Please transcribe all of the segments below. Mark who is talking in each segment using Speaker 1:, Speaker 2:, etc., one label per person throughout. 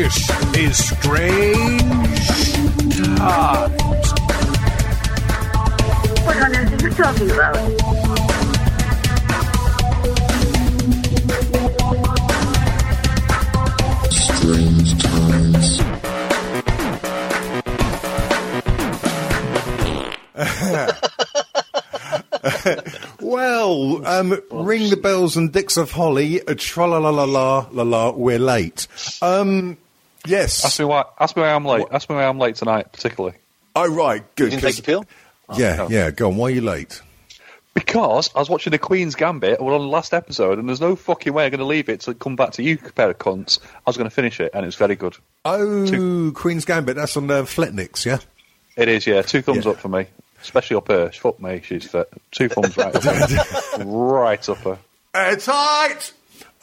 Speaker 1: is strange times.
Speaker 2: What on earth are you talking about?
Speaker 3: Strange times.
Speaker 4: Well, um, ring the bells and dicks of holly. A tra la la la la la la. We're late. Um,
Speaker 5: Ask
Speaker 4: yes.
Speaker 5: me why. Ask me why I'm late. Ask me why I'm late tonight, particularly
Speaker 4: Oh right,
Speaker 6: You
Speaker 4: good.
Speaker 6: didn't take
Speaker 4: 'cause-
Speaker 6: your pill? Oh.
Speaker 4: yeah, yeah. Go on. Why are you late?
Speaker 5: because I was watching the Queen's Gambit. We're on the last episode, and there's no fucking way I'm going to leave it to come back to you, pair of cunts. I was going to finish it, and it's very good.
Speaker 4: Oh,
Speaker 5: Two.
Speaker 4: Queen's Gambit. That's on uh, Fletniks, yeah.
Speaker 5: It is, yeah. Two thumbs
Speaker 4: Yeah.
Speaker 5: up for me, especially up her. Fuck me, she's fit. Two thumbs right up, her. right up her.
Speaker 4: It's tight.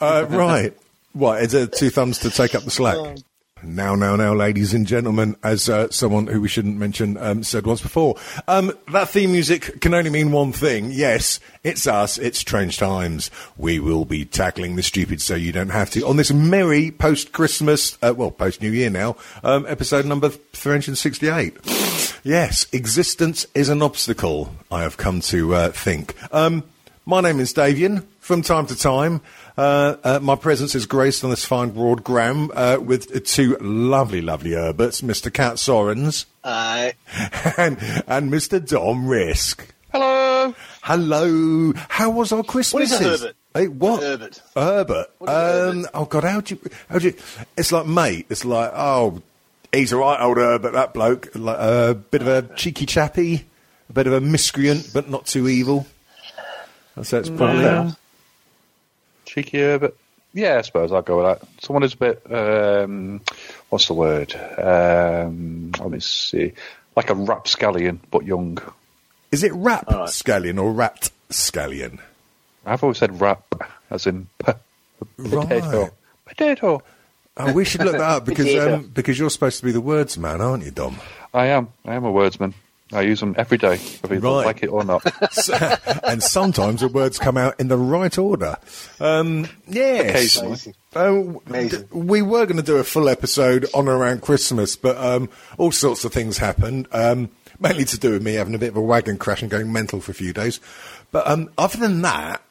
Speaker 4: Uh, right. What? It's uh, two thumbs to take up the slack. Now, now, now, ladies and gentlemen, as uh, someone who we shouldn't mention um, said once before, um, that theme music can only mean one thing. Yes, it's us. It's Strange Times. We will be tackling the stupid so you don't have to on this merry post Christmas, uh, well, post New Year now, um, episode number 368. yes, existence is an obstacle, I have come to uh, think. Um, my name is Davian. From time to time, uh, uh, my presence is graced on this fine broad gram uh, with two lovely, lovely Herberts, Mr. Cat Sorens
Speaker 6: Uh,
Speaker 4: and, and Mr. Dom Risk.
Speaker 5: Hello.
Speaker 4: Hello. How was our
Speaker 6: What
Speaker 4: Christmas?
Speaker 6: is a Herbert?
Speaker 4: Hey, what?
Speaker 6: Herbert.
Speaker 4: Herbert.
Speaker 6: is
Speaker 4: um, Oh God, how do you? How do you? It's like mate. It's like oh, he's all right, old Herbert. That bloke, like a bit of a cheeky chappy, a bit of a miscreant, but not too evil. So it's probably that.
Speaker 5: Cheeky Herbert. Yeah, I suppose I'll go with that. Someone who's a bit, um, what's the word? Um, let me see. Like a rapscallion, but young.
Speaker 4: Is it rap scallion or rat scallion?
Speaker 5: I've always said rap, as in p- potato.
Speaker 4: Right.
Speaker 5: Potato.
Speaker 4: Oh, we should look that up because
Speaker 6: Potato.
Speaker 4: um, because you're supposed to be the words man, aren't you, Dom?
Speaker 5: I am. I am a wordsman. I use them every day, whether you
Speaker 4: Right.
Speaker 5: like it or not.
Speaker 4: So- and sometimes the words come out in the right order. Um, yes.
Speaker 5: Occasionally.
Speaker 4: Um,
Speaker 6: Amazing.
Speaker 4: d- we were going to do a full episode on and around Christmas, but um, all sorts of things happened, um, mainly to do with me having a bit of a wagon crash and going mental for a few days. But um, other than that,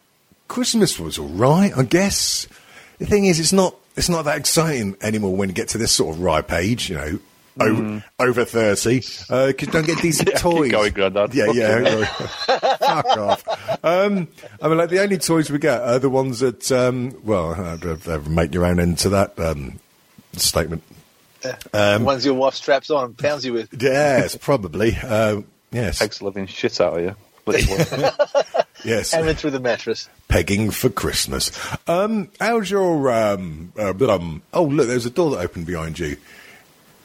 Speaker 4: Christmas was all right, I guess. The thing is, it's not it's not that exciting anymore when you get to this sort of ripe age, you know, over, over thirty, because you don't get decent
Speaker 5: Hmm. Yeah, keep
Speaker 4: toys.
Speaker 5: going, Grandad.
Speaker 4: Yeah,
Speaker 5: Fuck you.
Speaker 4: yeah. hang on. Fuck off. Um, I mean, like the only toys we get are the ones that, um, well, uh, uh, make your own end to that um, statement.
Speaker 6: the ones your wife straps on and pounds you with.
Speaker 4: Yes, probably. Uh, yes,
Speaker 5: Takes the living shit out of you. Literally.
Speaker 4: yes.
Speaker 6: Hammering through the mattress.
Speaker 4: Pegging for Christmas. Um, how's your? Um, uh, blum? oh, look, there's a door that opened behind you.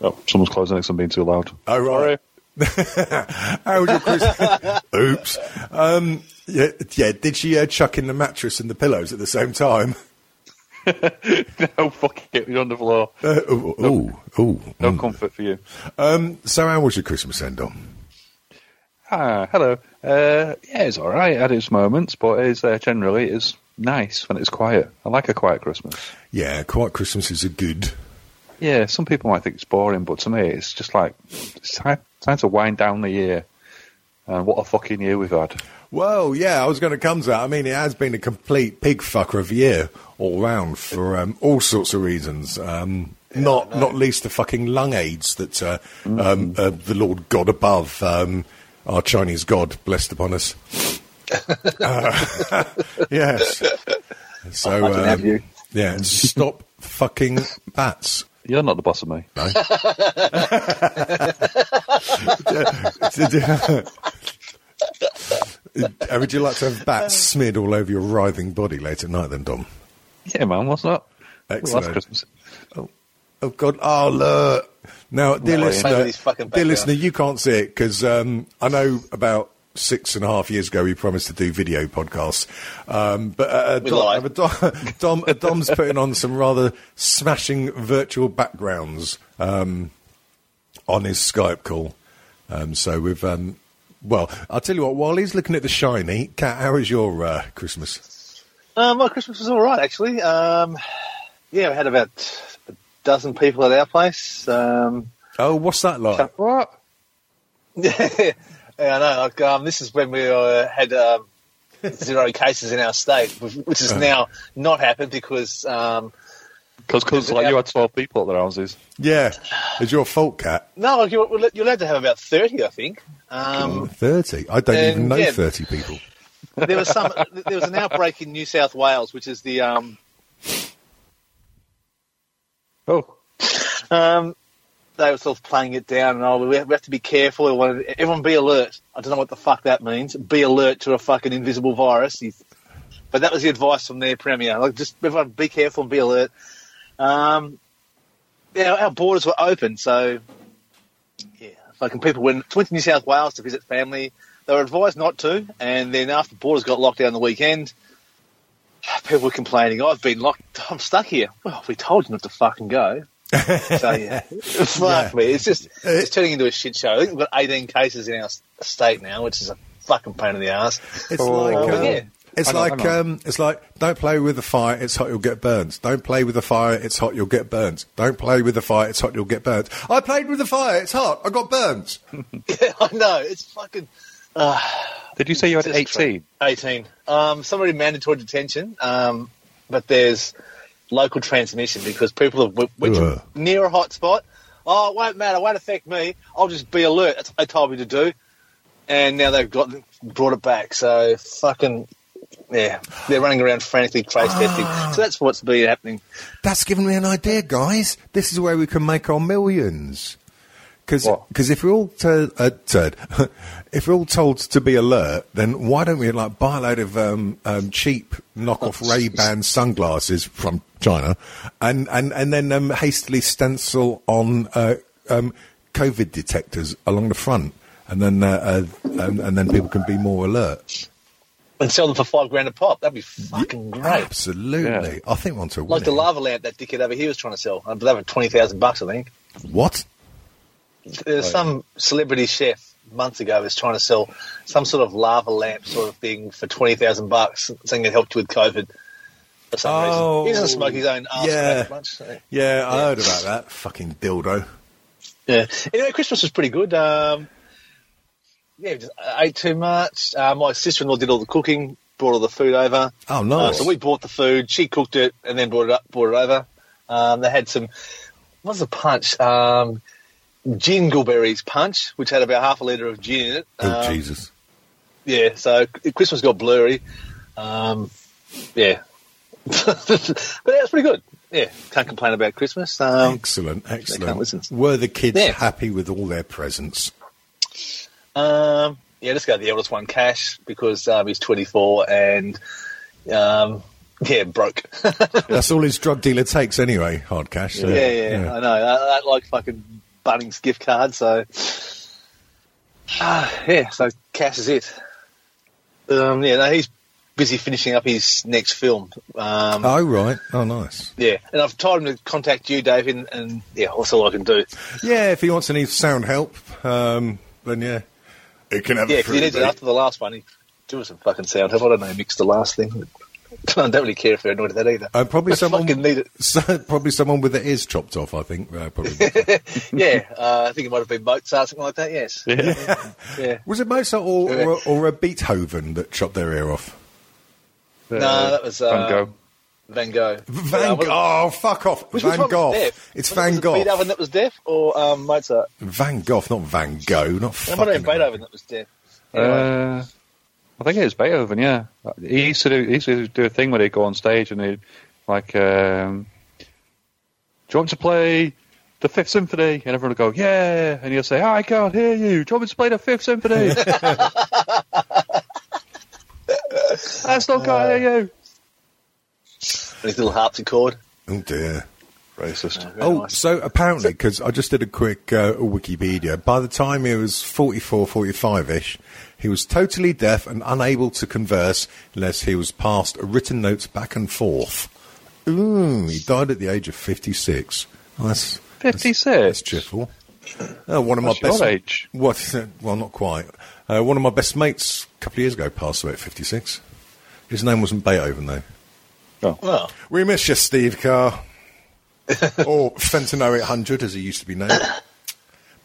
Speaker 5: oh, someone's closing it, so I'm being too loud.
Speaker 4: Oh, right.
Speaker 5: Sorry.
Speaker 4: How's your Christmas? Oops. Um, yeah, yeah. Did she uh, chuck in the mattress and the pillows at the same time?
Speaker 5: no, fuck it. You're on the floor.
Speaker 4: Uh, oh, oh, oh.
Speaker 5: No
Speaker 4: mm.
Speaker 5: comfort for you.
Speaker 4: Um, so, how was your Christmas end on?
Speaker 5: Ah, hello. Uh, yeah, it's all right at its moments, but it's uh, generally it's nice when it's quiet. I like a quiet Christmas.
Speaker 4: Yeah, Quiet Christmas is a good.
Speaker 5: Yeah, some people might think it's boring, but to me, it's just like it's time, time to wind down the year. And what a fucking year we've had.
Speaker 4: Well, yeah, I was going to come to that. I mean, it has been a complete pig fucker of a year all round for um, all sorts of reasons. Um, not not least the fucking lung aids that uh, um,
Speaker 6: Mm.
Speaker 4: uh, the Lord God above, um, our Chinese God, blessed upon us. Uh, yes. So, um,
Speaker 6: I can have you.
Speaker 4: yeah, stop fucking bats.
Speaker 5: You're not the boss of me.
Speaker 4: No. Uh, Would you like to have bats smeared all over your writhing body late at night, then, Dom?
Speaker 5: Yeah, man, what's not?
Speaker 4: Excellent.
Speaker 5: Last Christmas.
Speaker 4: Oh God! Oh look! Now, dear
Speaker 5: Well,
Speaker 6: yeah.
Speaker 4: listener,
Speaker 6: He's fucking
Speaker 4: dear
Speaker 6: back
Speaker 4: listener,
Speaker 6: now.
Speaker 4: you can't see it because um, I know about six and a half years ago we promised to do video podcasts, um, but uh,
Speaker 6: We
Speaker 4: Dom,
Speaker 6: lied.
Speaker 4: uh, Dom, Dom, uh, Dom's putting on some rather smashing virtual backgrounds um, on his Skype call. Um, so we've um, well, I'll tell you what. While he's looking at the shiny, Cat, how is your uh, Christmas?
Speaker 6: Uh, my Christmas was all right, actually. Um, yeah, I had about dozen people at our place. Um,
Speaker 4: oh, what's that like?
Speaker 6: so-
Speaker 5: What?
Speaker 6: yeah, I know. Like, um, this is when we uh, had um, zero cases in our state, which which has now not happened because um,
Speaker 5: Because like you had twelve people at their houses.
Speaker 4: Yeah, it's your fault, Cat.
Speaker 6: no, like, you're, you're allowed to have about thirty, I think. Um,
Speaker 4: Thirty. I don't
Speaker 6: Um,
Speaker 4: even know
Speaker 6: yeah.
Speaker 4: thirty people.
Speaker 6: there was some. There was an outbreak in New South Wales, which is the um,
Speaker 5: Oh,
Speaker 6: Um, they were sort of playing it down, and oh, we have we have to be careful. We wanted everyone be alert. I don't know what the fuck that means. Be alert to a fucking invisible virus. You- But that was the advice from their premier. Like, just everyone be careful and be alert. Um, yeah, our borders were open, so yeah, fucking people went went to New South Wales to visit family. They were advised not to, and then after borders got locked down the weekend, people were complaining. "Oh, I've been locked. I'm stuck here. Well, we told you not to fucking go. So yeah, fuck me. It's just it's turning into a shit show. I think we've got 18 cases in our s- state now, which is a fucking pain in the ass.
Speaker 4: It's
Speaker 5: Oh.
Speaker 4: like
Speaker 5: Oh,
Speaker 4: um,
Speaker 6: yeah.
Speaker 4: it's
Speaker 5: Hang on,
Speaker 4: like
Speaker 5: hang on.
Speaker 4: um, it's like don't play with the fire. It's hot. You'll get burnt. Don't play with the fire. It's hot. You'll get burnt. Don't play with the fire. It's hot. You'll get burnt. I played with the fire. It's hot. I got burnt.
Speaker 6: Yeah, I know. It's fucking
Speaker 5: did you say you had
Speaker 6: Just try-
Speaker 5: eighteen?
Speaker 6: 18. Um, somebody mandatory detention, um, but there's local transmission because people have w- went
Speaker 4: Ugh.
Speaker 6: to near a hotspot. Oh, it won't matter. Won't affect me. I'll just be alert. That's what they told me to do, and now they've got brought it back. So fucking. Yeah, they're running around frantically trace testing. So that's what's been happening.
Speaker 4: That's given me an idea, guys. This is where we can make our millions.
Speaker 5: What?
Speaker 4: Because if we're all to, uh, turd, if we're all told to be alert, then why don't we like buy a load of um, um, cheap knockoff
Speaker 6: Oh,
Speaker 4: Ray Ban sunglasses from China, and and and then um, hastily stencil on uh, um, COVID detectors along the front, and then uh, uh, and, and then people can be more alert.
Speaker 6: And sell them for five grand a pop. That'd be fucking great.
Speaker 4: Absolutely, I think we want to win.
Speaker 6: Like the
Speaker 4: it.
Speaker 6: lava lamp that dickhead over here was trying to sell. I believe it was 20,000 bucks, I think.
Speaker 4: what?
Speaker 6: There's some celebrity chef months ago was trying to sell some sort of lava lamp sort of thing for 20,000 bucks, saying it helped with COVID for some
Speaker 4: Oh.
Speaker 6: reason. He doesn't smoke his own arse
Speaker 4: Yeah.
Speaker 6: that much. so-
Speaker 4: Yeah, I heard about that. Fucking dildo.
Speaker 6: Yeah. Anyway, Christmas was pretty good. Um, yeah, just ate too much. Uh, my sister-in-law did all the cooking, brought all the food over.
Speaker 4: Oh, nice.
Speaker 6: Uh, so we bought the food. She cooked it and then brought it up, brought it over. Um, they had some. What's the punch? Um, Jingleberries punch, which had about half a liter of gin in it.
Speaker 4: Oh
Speaker 6: Um,
Speaker 4: Jesus!
Speaker 6: Yeah. So Christmas got blurry. Um, yeah. but that was pretty good. Yeah, can't complain about Christmas. Um,
Speaker 4: Excellent,
Speaker 6: listen.
Speaker 4: excellent. Were the kids
Speaker 6: Yeah.
Speaker 4: happy with all their presents?
Speaker 6: Um, yeah, let's go to the eldest one, Cash, because um, he's 24 and um, yeah, broke. yeah,
Speaker 4: That's all his drug dealer takes, anyway. Hard cash. so-
Speaker 6: yeah, I know. I, I like fucking Bunnings gift card, so Ah, yeah, so Cash is it. Um, yeah, no, he's busy finishing up his next film. Um,
Speaker 4: Oh right. Oh nice.
Speaker 6: Yeah, and I've told him to contact you, Dave, and, and yeah, that's all I can do.
Speaker 4: Yeah, if he wants any sound help, um, then yeah, it can have
Speaker 6: Yeah,
Speaker 4: a
Speaker 6: because he needs it after the last one. He do us some fucking sound. help. I don't know, mix the last thing. I don't really care if they're annoyed at that either.
Speaker 4: Uh, probably
Speaker 6: I
Speaker 4: someone
Speaker 6: fucking need it.
Speaker 4: so- probably someone with their ears chopped off. I think uh, probably.
Speaker 6: Yeah, uh, I think it might have been Mozart, something like that. Yes. Yeah.
Speaker 4: Was it Mozart or, or or a Beethoven that chopped their ear off?
Speaker 6: No, that was uh,
Speaker 5: Van Gogh.
Speaker 6: Van Gogh. uh,
Speaker 4: Van
Speaker 6: Gogh.
Speaker 4: Gogh. Oh, fuck off. Van Gogh. It's Van
Speaker 6: Was it
Speaker 4: Gogh.
Speaker 6: Beethoven that was deaf, or um, Mozart?
Speaker 4: Van Gogh, not Van Gogh. Not
Speaker 6: It might have
Speaker 4: fucking.
Speaker 6: been Beethoven that was deaf. Anyway,
Speaker 5: Uh, I think it was Beethoven. Yeah, he used to do. He used to do a thing where he'd go on stage and he'd like, um, "Do you want me to play the Fifth Symphony?" And everyone would go, "Yeah," and he'll say, "I can't hear you. Do you want me to play the Fifth Symphony?" I still can't hear you.
Speaker 6: and his little harpsichord.
Speaker 4: Oh dear.
Speaker 5: Racist.
Speaker 6: Very
Speaker 4: Oh,
Speaker 6: nice.
Speaker 4: so apparently, because I just did a quick uh, Wikipedia, by the time he was 44, 45 ish, he was totally deaf and unable to converse unless he was passed written notes back and forth. Ooh, he died at the age of 56. Well, that's, that's
Speaker 5: 56.
Speaker 4: cheerful. Uh, one of
Speaker 5: That's
Speaker 4: my
Speaker 5: your
Speaker 4: best.
Speaker 5: age.
Speaker 4: What, well, not quite. Uh, one of my best mates a couple of years ago passed away at 56. His name wasn't Beethoven, though.
Speaker 5: Oh.
Speaker 6: Well,
Speaker 4: We miss you, Steve Carr. or Fentanyl 800, as he used to be known.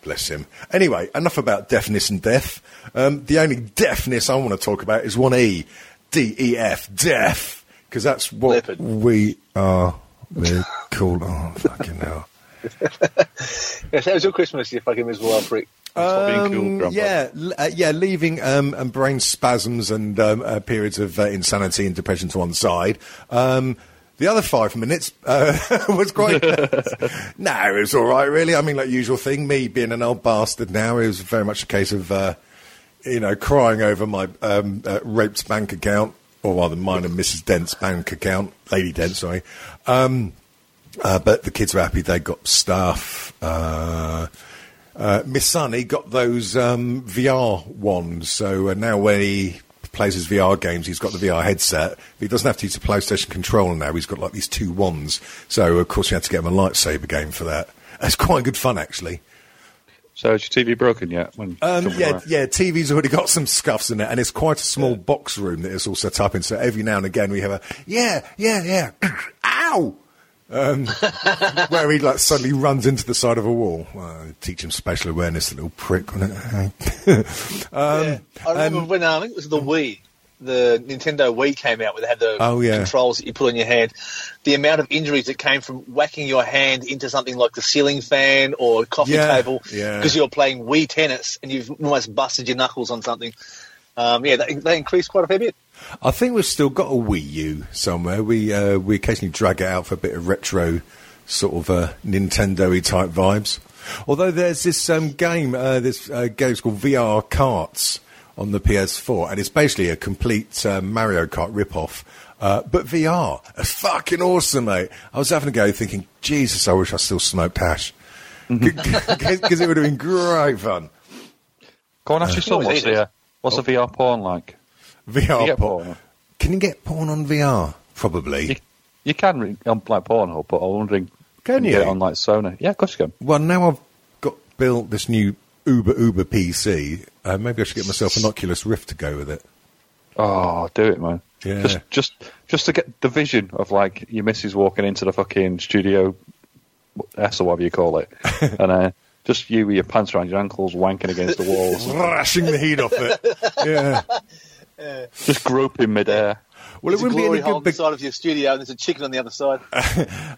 Speaker 4: Bless him. Anyway, enough about deafness and death. Um, the only deafness I want to talk about is 1E, D E F, deaf, because that's what
Speaker 6: Leopard.
Speaker 4: we are. We're called. Oh, fucking hell.
Speaker 6: Yes, how was your Christmas, you fucking miserable old prick?
Speaker 5: Stop being cool,
Speaker 4: Um,
Speaker 5: Grandpa.
Speaker 4: yeah, l- uh, yeah, leaving um, and brain spasms and um, uh, periods of uh, insanity and depression to one side. Um, the other five minutes uh, was quite. no, it was all right, really. I mean, like usual thing, me being an old bastard now, it was very much a case of, uh, you know, crying over my um, uh, raped bank account, or rather mine and Mrs. Dent's bank account, Lady Dent, sorry. Um, uh, but the kids were happy. They got stuff. Uh, uh, Miss Sunny got those um, VR ones. So uh, now when he plays his VR games, he's got the VR headset. But he doesn't have to use a PlayStation controller now. He's got like these two wands. So of course you had to get him a lightsaber game for that. That's quite good fun, actually.
Speaker 5: So is your TV broken yet? When
Speaker 4: Um,
Speaker 5: jumping
Speaker 4: yeah,
Speaker 5: around?
Speaker 4: yeah. TV's already got some scuffs in it, and it's quite a small box room that it's all set up in. So every now and again we have a yeah, yeah, yeah, ow, um, where he like suddenly runs into the side of a wall. Well, teach him spatial awareness, the little prick. wouldn't it? um,
Speaker 6: Yeah. I remember when uh, I think it was the Wii, the Nintendo Wii came out where they had the
Speaker 4: Oh, yeah.
Speaker 6: controls that you put on your hand. The amount of injuries that came from whacking your hand into something like the ceiling fan or a coffee
Speaker 4: Yeah,
Speaker 6: table
Speaker 4: yeah.
Speaker 6: because you were playing Wii tennis and you've almost busted your knuckles on something. Um, yeah, they, they increased quite a fair bit.
Speaker 4: I think we've still got a Wii U somewhere. We uh, we occasionally drag it out for a bit of retro, sort of uh, Nintendo-y type vibes. Although there's this um, game, uh, this uh, game's called VR Karts on the PS4, and it's basically a complete uh, Mario Kart rip-off. Uh, but VR, it's fucking awesome, mate. I was having a go thinking, Jesus, I wish I still smoked hash.
Speaker 5: Mm-hmm.
Speaker 4: Because it would have been great fun.
Speaker 5: Go on, ask your son
Speaker 6: Always
Speaker 5: what's
Speaker 6: easy.
Speaker 5: the uh, what's the VR porn like?
Speaker 4: VR
Speaker 5: You get
Speaker 4: por-
Speaker 5: porn.
Speaker 4: Can you get porn on VR? Probably.
Speaker 5: You, you can re- on like Pornhub, but I'm wondering
Speaker 4: Can
Speaker 5: get
Speaker 4: you?
Speaker 5: it on like Sony? Yeah, of course you can.
Speaker 4: Well, now I've got built this new Uber Uber PC. Uh, maybe I should get myself an Oculus Rift to go with it.
Speaker 5: Oh, do it, man.
Speaker 4: Yeah.
Speaker 5: Just, just, just to get the vision of like your missus walking into the fucking studio S or whatever you call it, and uh, just you with your pants around your ankles, wanking against the walls,
Speaker 4: Thrashing the heat off it. Yeah.
Speaker 5: just groping midair.
Speaker 4: Well, it
Speaker 6: There's a
Speaker 4: wouldn't be
Speaker 6: glory
Speaker 4: any
Speaker 6: hole
Speaker 4: good.
Speaker 6: on the
Speaker 4: Big,
Speaker 6: side of your studio and there's a chicken on the other side.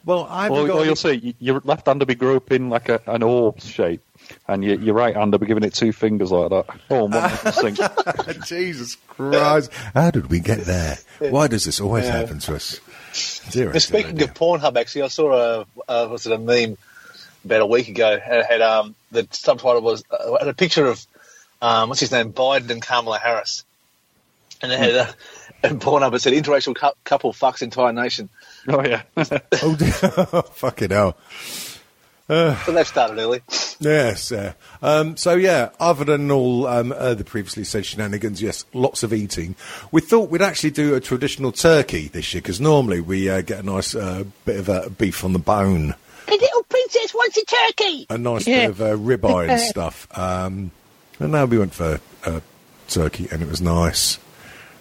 Speaker 4: well, I've
Speaker 5: Or,
Speaker 4: got.
Speaker 5: or you'll see y- your left hand will be groping like a, an orb shape, and your, your right hand will be giving it two fingers like that. Oh, one thing.
Speaker 4: Ah, Jesus Christ! How did we get there? Why does this always happen to us? Zero.
Speaker 6: Now, speaking of Pornhub, actually, I saw a, a was it a meme about a week ago, and it had um, the subtitle was uh, had a picture of um, what's his name, Biden and Kamala Harris, and it had a, and Pornhub it said interracial cou- couple fucks entire nation.
Speaker 5: oh yeah,
Speaker 4: oh, dear. fucking hell.
Speaker 6: So they've started early.
Speaker 4: Yes. Yeah. Um, so yeah, other than all um, uh, the previously said shenanigans, yes, lots of eating. We thought we'd actually do a traditional turkey this year because normally we uh, get a nice uh, bit of uh, beef on the bone,
Speaker 2: The little princess wants a turkey.
Speaker 4: a nice bit of uh, ribeye and stuff. Um, and now we went for uh, turkey, and it was nice.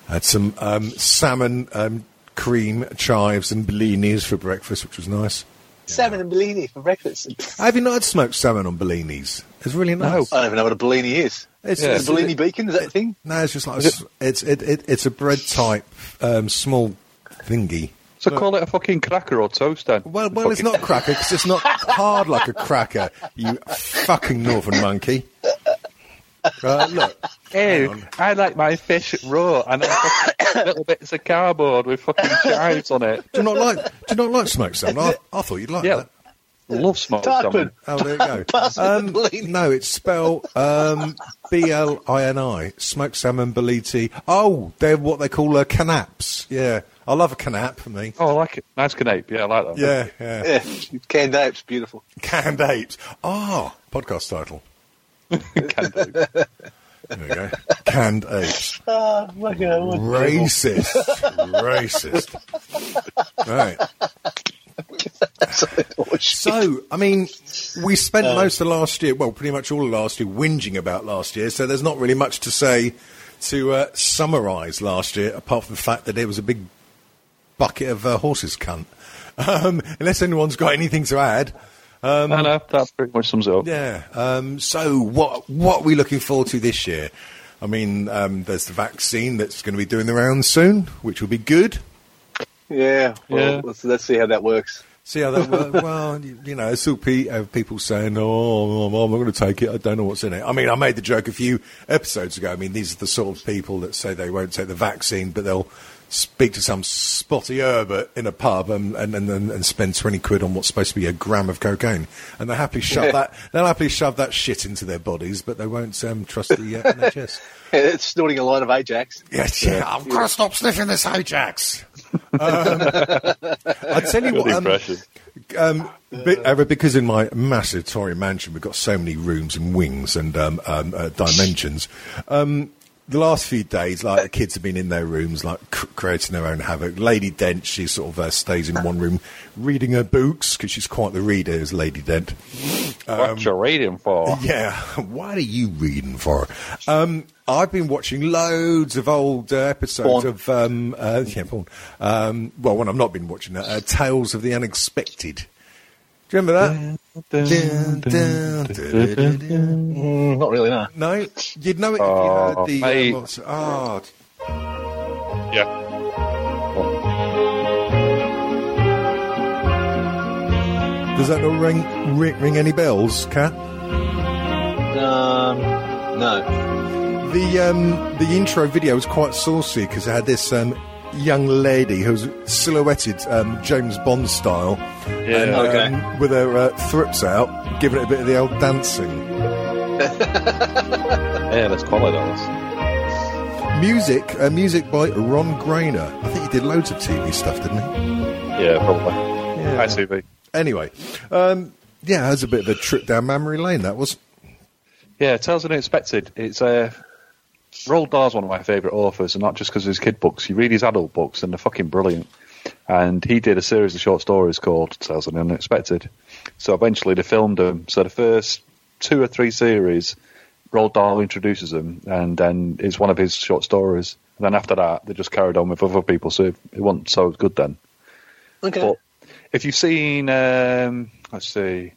Speaker 4: Had some um, salmon, um, cream, chives, and bellinis for breakfast, which was nice.
Speaker 6: Salmon and Bellini for breakfast.
Speaker 4: Have you not had smoked salmon on bellinis? It's really nice.
Speaker 6: I don't even know what a Bellini is.
Speaker 4: It's-
Speaker 5: Yeah.
Speaker 4: it's-
Speaker 6: Is it Bellini beacon is that Uh, the thing?
Speaker 4: No, it's just like a s it's it, it, it's a bread type um, small thingy.
Speaker 5: so call it a fucking cracker or toast then.
Speaker 4: Well, well, it's
Speaker 5: Fucking-
Speaker 4: not cracker because it's not hard like a cracker. You fucking northern monkey. Uh, look,
Speaker 5: Ew, I like my fish raw and then fucking little bits of cardboard with fucking chives on it.
Speaker 4: do you not like do you not like smoked salmon? I, I thought you'd like
Speaker 5: Yeah,
Speaker 4: that.
Speaker 5: love smoked
Speaker 6: Tarquin.
Speaker 5: salmon.
Speaker 4: Oh, there you go. Um,
Speaker 6: Pass me the Bellini.
Speaker 4: No, it's spelled um, B L I N I. Smoked salmon beliti. Oh, they're what they call uh, canaps. Yeah, I love a canap. Me.
Speaker 5: Oh, I like it. Nice canape. Yeah, I like that.
Speaker 4: Yeah, yeah.
Speaker 6: Yeah, canned apes, beautiful.
Speaker 4: Canned apes. Ah, podcast title.
Speaker 5: Can do.
Speaker 4: There we go. Canned apes.
Speaker 6: Oh my god, what
Speaker 4: Racist. Racist. Right. So, I mean, we spent most of last year, well, pretty much all of last year, whinging about last year, so there's not really much to say to uh, summarise last year, apart from the fact that it was a big bucket of uh, horses cunt. Um, unless anyone's got anything to add.
Speaker 5: I know uh, that pretty much sums it up.
Speaker 4: um, Yeah. Um, so what what are we looking forward to this year? I mean, um, there's the vaccine that's going to be doing the rounds soon, which will be good.
Speaker 6: Yeah. Well,
Speaker 5: Yeah.
Speaker 6: Let's, let's see how that works.
Speaker 4: See how that works. well, you, you know, it's all pe- uh, people saying, "Oh, I'm, not going to take it. I don't know what's in it." I mean, I made the joke a few episodes ago. I mean, these are the sort of people that say they won't take the vaccine, but they'll speak to some spotty herbert in a pub and and, and, and and spend twenty quid on what's supposed to be a gram of cocaine, and they happily shove
Speaker 6: Yeah.
Speaker 4: that they'll happily shove that shit into their bodies, but they won't um, trust the uh, NHS.
Speaker 6: It's snorting a line of Ajax.
Speaker 4: Yes, yeah, I've got to stop sniffing this Ajax. um, I tell you
Speaker 5: Good
Speaker 4: what, um,
Speaker 5: impression.
Speaker 4: um, be- Eric, because in my massive Tory mansion we've got so many rooms and wings and um, um, uh, dimensions. Um, the last few days, like the kids have been in their rooms, like c- creating their own havoc. Lady Dent, she sort of uh, stays in one room reading her books because she's quite the reader, is Lady Dent. um,
Speaker 5: what you reading for?
Speaker 4: Yeah, what are you reading for? Um, I've been watching loads of old uh, episodes
Speaker 6: Porn.
Speaker 4: of um, uh, yeah, porn. Um, well, one I've not been watching uh, Tales of the Unexpected. Do you remember that? Dun, dun, dun, dun, dun.
Speaker 6: Mm, not really, no.
Speaker 4: No, you'd know it if
Speaker 5: Oh,
Speaker 4: you heard the.
Speaker 5: mate.
Speaker 4: Um, what's- oh,
Speaker 5: Yeah.
Speaker 4: does that not ring, ring ring any bells, Kat?
Speaker 6: Um, no.
Speaker 4: The um, the intro video was quite saucy because it had this um, young lady who was silhouetted um, James Bond style, and,
Speaker 5: Yeah.
Speaker 6: Okay.
Speaker 4: um, with her uh, thrips out, giving it a bit of the old dancing.
Speaker 5: Yeah, let's call it those.
Speaker 4: Music, uh, music by Ron Grainer. I think he did loads of TV stuff, didn't he?
Speaker 5: Yeah, probably. I see. but-
Speaker 4: Anyway, um, yeah, it was a bit of a trip down memory lane. That was
Speaker 5: Yeah, Tales of the Unexpected. It's uh, Roald Dahl's one of my favourite authors, and not just because of his kid books. You read his adult books, and they're fucking brilliant. And he did a series of short stories called Tales of the Unexpected. So eventually they filmed them. So the first two or three series, Roald Dahl introduces them, and then it's one of his short stories. And then after that, they just carried on with other people, so it wasn't so good then.
Speaker 6: Okay.
Speaker 5: But if you've seen, um, let's see,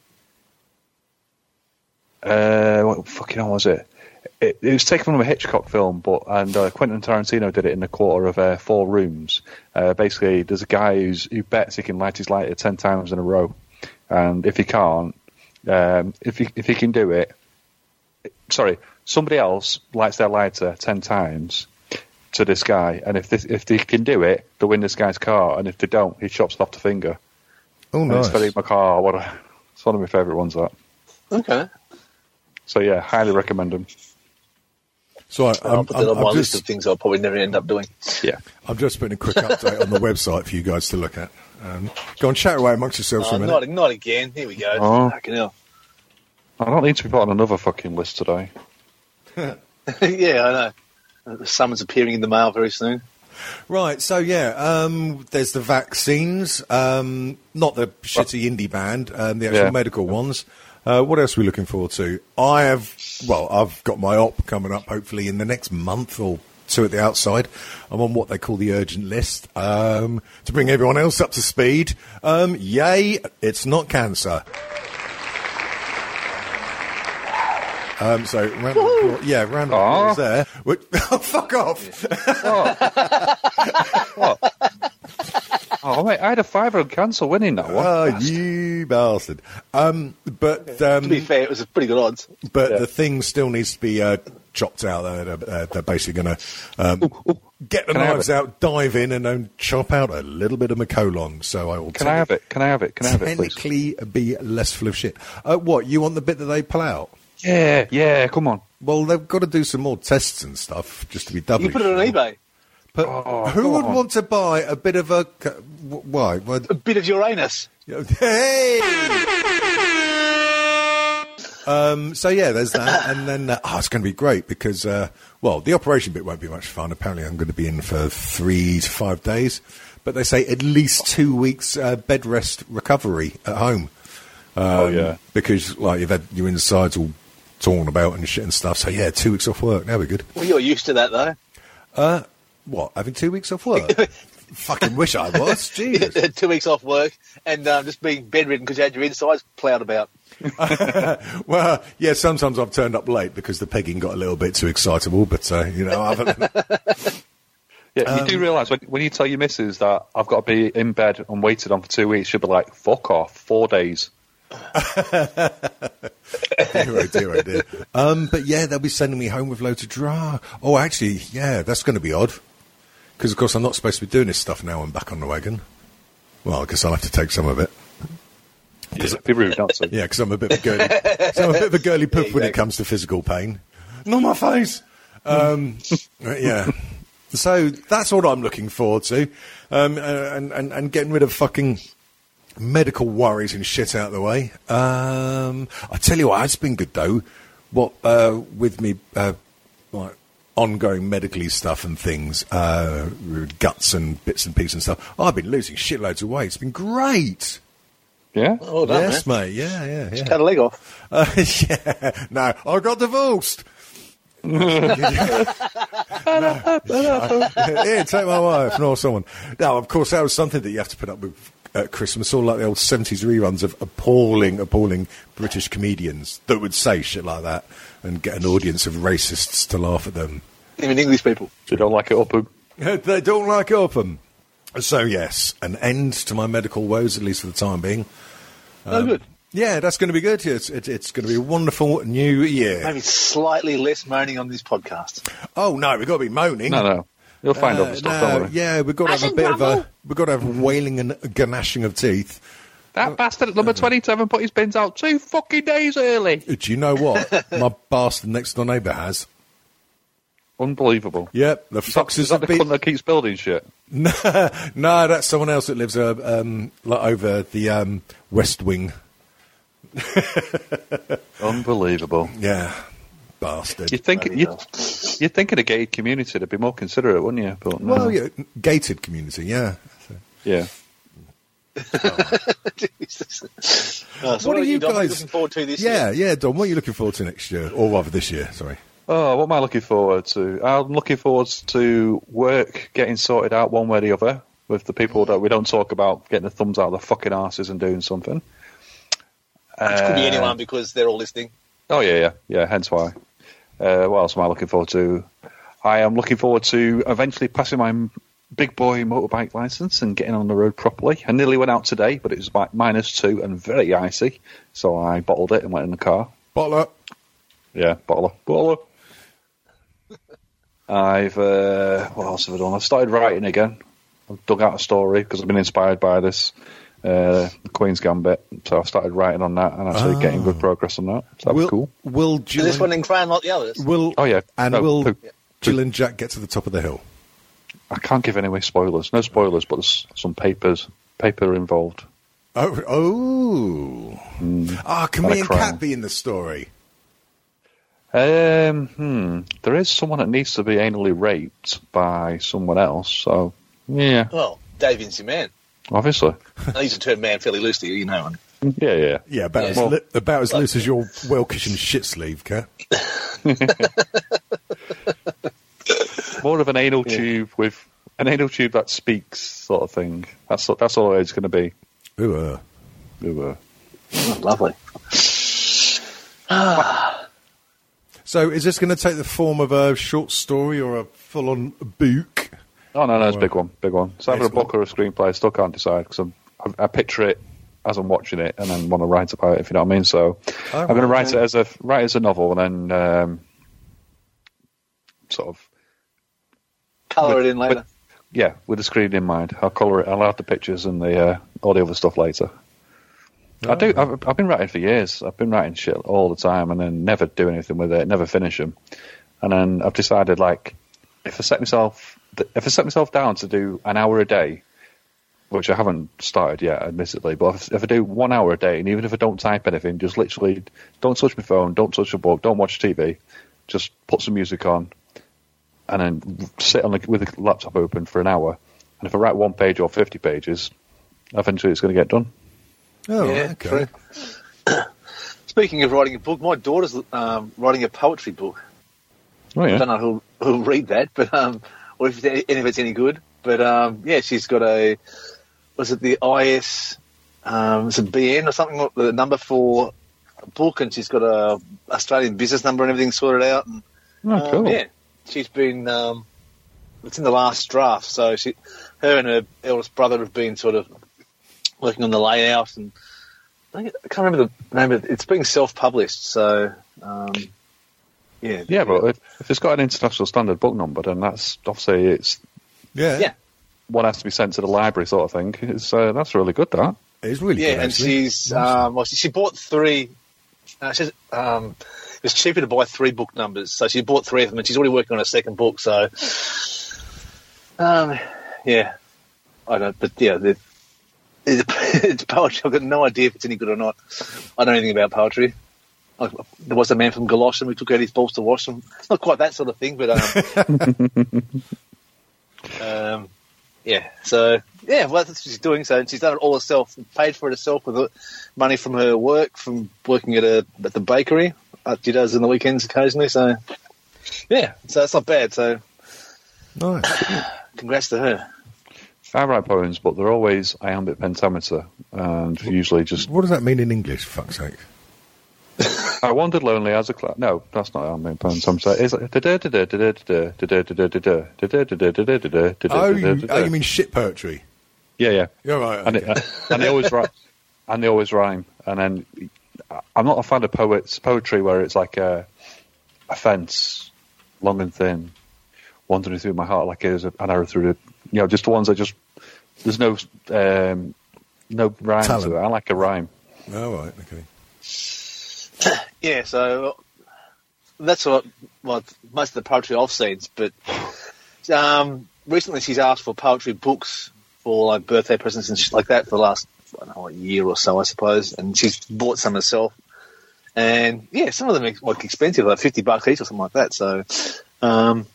Speaker 5: uh, what fucking hell was it? It, it was taken from a Hitchcock film, but and uh, Quentin Tarantino did it in a quarter of uh, four rooms. Uh, basically, there's a guy who's who bets he can light his lighter ten times in a row, and if he can't, um, if he, if he can do it, sorry, somebody else lights their lighter ten times to this guy, and if this, if they can do it, they win this guy's car, and if they don't, he chops it off the finger.
Speaker 4: oh
Speaker 5: And
Speaker 4: nice.
Speaker 5: It's very macabre. What a, it's one of my favourite ones. That.
Speaker 4: Um,
Speaker 6: okay.
Speaker 5: So yeah, highly recommend them.
Speaker 4: So I,
Speaker 6: I'll
Speaker 4: I'm,
Speaker 6: put that
Speaker 4: I'm,
Speaker 6: on
Speaker 4: I'm
Speaker 6: my list of
Speaker 4: just
Speaker 6: things I'll probably never end up doing.
Speaker 5: Yeah.
Speaker 4: I'm just putting a quick update on the website for you guys to look at. Um, go on, chat away amongst yourselves for
Speaker 6: Uh,
Speaker 4: a minute.
Speaker 6: not, not again. Here we go.
Speaker 5: Oh.
Speaker 6: Fucking hell.
Speaker 5: I don't need to be put on another fucking list today.
Speaker 6: yeah, I know. Uh, The summons appearing in the mail very soon.
Speaker 4: Right, so yeah, um, there's the vaccines, um, not the shitty indie band, um, the actual
Speaker 5: Yeah.
Speaker 4: medical ones. Uh, what else are we looking forward to? I have, well, I've got my op coming up hopefully in the next month or two at the outside. I'm on what they call the urgent list um, to bring everyone else up to speed. Um, yay, it's not cancer. Um, so, round of applause. yeah, round of
Speaker 5: Aw.
Speaker 4: applause there. Which- oh, fuck off!
Speaker 5: What? oh mate, I had a fiver on cancel winning that one.
Speaker 4: Oh, you bastard! Um, but
Speaker 6: To be
Speaker 4: um,
Speaker 6: fair, it was a pretty good odds.
Speaker 4: but the thing still needs to be uh, chopped out. They're, they're, they're basically going to um, get the
Speaker 5: Can I have
Speaker 4: knives
Speaker 5: it?
Speaker 4: out, dive in, and then chop out a little bit of my colon. So I will.
Speaker 5: Can I have it? Can I have it? Can I have it, please?
Speaker 4: Technically, be less full of shit. Uh, what you want the bit that they pull out?
Speaker 5: Yeah, yeah. Come on.
Speaker 4: Well, they've got to do some more tests and stuff just to be double.
Speaker 6: You put it on eBay.
Speaker 4: But
Speaker 5: Oh,
Speaker 4: who
Speaker 5: come
Speaker 4: would
Speaker 5: on.
Speaker 4: want to buy a bit of a? c- wh- Why? Why-
Speaker 6: A bit of Uranus.
Speaker 4: Hey! Um, so yeah, there's that, and then uh, oh, it's going to be great because uh, well, the operation bit won't be much fun. Apparently, I'm going to be in for three to five days, but they say at least two weeks uh, bed rest recovery at home
Speaker 5: oh yeah.
Speaker 4: because like you've had your insides all torn about and shit and stuff. So yeah, two weeks off work. Now we're good.
Speaker 6: Well, you're used to that, though.
Speaker 4: What having two weeks off work? fucking wish I was. Jesus.
Speaker 6: two weeks off work and um, just being bedridden because you had your insides plowed about.
Speaker 4: Well, yeah, sometimes I've turned up late because the pegging got a little bit too excitable, but, uh, you know, other than
Speaker 5: Yeah, you
Speaker 4: Um,
Speaker 5: do realise when, when you tell your missus that I've got to be in bed and waited on for two weeks, she'll be like, fuck off, four days.
Speaker 4: dear, oh dear, oh dear. Um, but yeah, they'll be sending me home with loads of draw. Oh, actually, yeah, that's going to be odd. Because, of course, I'm not supposed to be doing this stuff now I'm back on the wagon. Well, I guess I'll have to take some of it.
Speaker 5: Yeah, be rude not to.
Speaker 4: Yeah, because I'm a bit of a girly, 'cause I'm a bit of a girly poof when it comes to physical pain. Not my face. Um, yeah. So that's what I'm looking forward to, um, and, and and getting rid of fucking medical worries and shit out of the way. Um, I tell you what, it's been good though. What uh, with me, uh, like ongoing medically stuff and things, uh, guts and bits and pieces and stuff. I've been losing shitloads of weight. It's been great.
Speaker 5: Yeah?
Speaker 6: Oh,
Speaker 4: yes, mate. Yeah, yeah, yeah.
Speaker 6: Cut a leg off.
Speaker 4: Uh, yeah, no, I got divorced. no. Here, take my wife, nor someone. Now, of course, that was something that you have to put up with at Christmas, all like the old 70s reruns of appalling, appalling British comedians that would say shit like that and get an audience of racists to laugh at them.
Speaker 6: Even English people.
Speaker 5: They don't like it up.
Speaker 4: they don't like open. So, yes, an end to my medical woes, at least for the time being. Um,
Speaker 6: No good.
Speaker 4: Yeah, that's going to be good. It's, it's, it's going to be a wonderful new year.
Speaker 6: Maybe slightly less moaning on this podcast.
Speaker 4: Oh no, we've got to be moaning.
Speaker 5: No, no. You'll find
Speaker 4: Uh,
Speaker 5: other stuff,
Speaker 4: no,
Speaker 5: don't worry.
Speaker 4: yeah, we've got to
Speaker 2: I
Speaker 4: have a
Speaker 2: think
Speaker 4: bit of
Speaker 2: gravel.
Speaker 4: a we've got to have wailing and ganashing of teeth.
Speaker 5: That bastard at number 27 put his bins out two fucking days early.
Speaker 4: Uh, Do you know what my bastard next door neighbour has?
Speaker 5: Unbelievable.
Speaker 4: Yep, the
Speaker 5: Is
Speaker 4: foxes
Speaker 5: that
Speaker 4: have
Speaker 5: the
Speaker 4: been.
Speaker 5: cunt that keeps building shit?
Speaker 4: No, no, that's someone else that lives uh, um, like over the um, West Wing.
Speaker 5: Unbelievable.
Speaker 4: Yeah, bastard.
Speaker 5: You'd think,
Speaker 6: Bloody
Speaker 5: you'd,
Speaker 6: hell.
Speaker 5: you'd think in a gated community they'd be more considerate, wouldn't you? But no.
Speaker 4: well, yeah, gated community. Yeah.
Speaker 5: yeah.
Speaker 6: Jesus. Uh, so what,
Speaker 4: are you
Speaker 6: Dom,
Speaker 4: guys
Speaker 6: looking forward to this year?
Speaker 4: Yeah, yeah, Don. What are you looking forward to next year, or rather this year? Sorry.
Speaker 5: Oh, what am I looking forward to? I'm looking forward to work getting sorted out one way or the other with the people that we don't talk about getting the thumbs out of the fucking asses and doing something.
Speaker 6: Which could be
Speaker 4: Um,
Speaker 6: anyone because they're all listening.
Speaker 5: Oh yeah, yeah, yeah. Hence why. Uh, what else am I looking forward to? I am looking forward to eventually passing my m- big boy motorbike license and getting on the road properly. I nearly went out today, but it was about minus two and very icy, so I bottled it and went in the car.
Speaker 4: Bottle up.
Speaker 5: Yeah, bottler, bottler. I've uh, what else have I done? I've started writing again. I've dug out a story because I've been inspired by this uh, Queen's Gambit, so I've started writing on that and actually getting good progress on that. So that was
Speaker 4: Will,
Speaker 5: cool.
Speaker 4: Will
Speaker 6: Is
Speaker 4: Jill
Speaker 6: this one
Speaker 4: and,
Speaker 6: in Crayon like the others?
Speaker 4: Will
Speaker 5: Oh, yeah.
Speaker 4: and
Speaker 5: No,
Speaker 4: Will
Speaker 5: who-
Speaker 4: Jill and Jack get to the top of the hill?
Speaker 5: I can't give any away spoilers. No spoilers, but there's some papers paper involved.
Speaker 4: Oh, oh.
Speaker 5: Mm.
Speaker 4: Ah, can
Speaker 5: Not a
Speaker 4: me and
Speaker 5: crime.
Speaker 4: Cat be in the story?
Speaker 5: Um, hmm. There is someone that needs to be anally raped by someone else. So yeah,
Speaker 6: Well, Dave your man.
Speaker 5: obviously,
Speaker 6: I use the term man fairly loosely, you know.
Speaker 5: yeah, yeah.
Speaker 4: Yeah, about
Speaker 6: Yeah.
Speaker 4: as
Speaker 5: Well-
Speaker 4: li- about as loose as your well cushioned shit sleeve, Cat.
Speaker 5: More of an anal tube with an anal tube that speaks, sort of thing. That's that's all it's going to be.
Speaker 4: Ooh, uh.
Speaker 5: Ooh, uh,
Speaker 6: lovely.
Speaker 4: So, is this going to take the form of a short story or a full on book?
Speaker 5: Oh no, no, it's a big one, big one. It's either a
Speaker 4: It's-
Speaker 5: book or a screenplay. I still can't decide because I, I picture it as I'm watching it and then want to write about it. If you know what I mean. So
Speaker 4: Oh,
Speaker 5: I'm going to
Speaker 4: right,
Speaker 5: write
Speaker 4: okay.
Speaker 5: it as a write it as a novel and then um, sort of
Speaker 6: Colour it in later.
Speaker 5: yeah, with the screen in mind. I'll colour it. I'll add the pictures and the uh, all the other stuff later. I do. I've, I've been writing for years. I've been writing shit all the time, and then never do anything with it. Never finish them. And then I've decided, like, if I set myself, if I set myself down to do an hour a day, which I haven't started yet, admittedly, but if, if I do one hour a day, and even if I don't type anything, just literally don't touch my phone, don't touch a book, don't watch TV, just put some music on, and then sit on the, with the laptop open for an hour. And if I write one page or fifty pages, eventually it's going to get done.
Speaker 4: Oh,
Speaker 6: Yeah,
Speaker 4: okay.
Speaker 6: true. Speaking of writing a book, my daughter's um, writing a poetry book.
Speaker 5: Oh yeah.
Speaker 6: I don't know who'll, who'll read that, but um, or if any if it's any good. But um, yeah, she's got a was it the IS? Um, it's a BN or something. The number for a book, and she's got a Australian business number and everything sorted out. And
Speaker 5: Oh,
Speaker 6: um,
Speaker 5: cool.
Speaker 6: yeah, she's been. Um, it's in the last draft, so she, her and her eldest brother have been sort of working on the layout, and I think- I can't remember the name of it. It's being self-published, so um, yeah,
Speaker 5: Yeah, but if, if it's got an international standard book number, then that's obviously it's
Speaker 4: Yeah.
Speaker 6: yeah,
Speaker 5: one has to be sent to the library sort of thing. It's, uh, that's really good. That
Speaker 4: It's really
Speaker 6: yeah,
Speaker 4: good,
Speaker 6: and
Speaker 4: actually.
Speaker 6: she's um, well, she, she bought three. Uh, she's, um, it was cheaper to buy three book numbers, so she bought three of them, and she's already working on a second book. So, um, yeah, I don't. But yeah, the, it's, it's poetry. I've got no idea if it's any good or not. I don't know anything about poetry. Like, There was a man from Galoshan. We took out his balls to wash them. Not quite that sort of thing, but um, um, yeah. So yeah, well, that's what she's doing. So and she's done it all herself, paid for it herself with the money from her work, from working at a at the bakery. Uh, she does in the weekends occasionally. So yeah, so that's not bad. So
Speaker 4: nice.
Speaker 6: congrats to her.
Speaker 5: I write poems, but they're always iambic pentameter, and usually just
Speaker 4: What does that mean in English, for fuck's sake?
Speaker 5: I wandered lonely as a cloud. No, that's not iambic pentameter. It's like da da da da da da da da da da da da da da da da da da.
Speaker 4: Oh, you, oh, you mean shit poetry?
Speaker 5: yeah, yeah.
Speaker 4: You're right.
Speaker 5: and,
Speaker 4: okay.
Speaker 5: it, uh, and they always rhyme, and they always rhyme. And then I'm not a fan of poets poetry where it's like a, a fence, long and thin, wandering through my heart like it is an arrow through the. You know, just the ones that just there's no um, no rhyme
Speaker 4: Talent.
Speaker 5: to it. I like a rhyme.
Speaker 4: All right. Okay.
Speaker 6: Yeah, so that's what well most of the poetry I've seen, but um, recently she's asked for poetry books for like birthday presents and shit like that for the last I don't know, a year or so, I suppose, and she's bought some herself. And yeah, some of them are like expensive, like fifty bucks each or something like that. So um,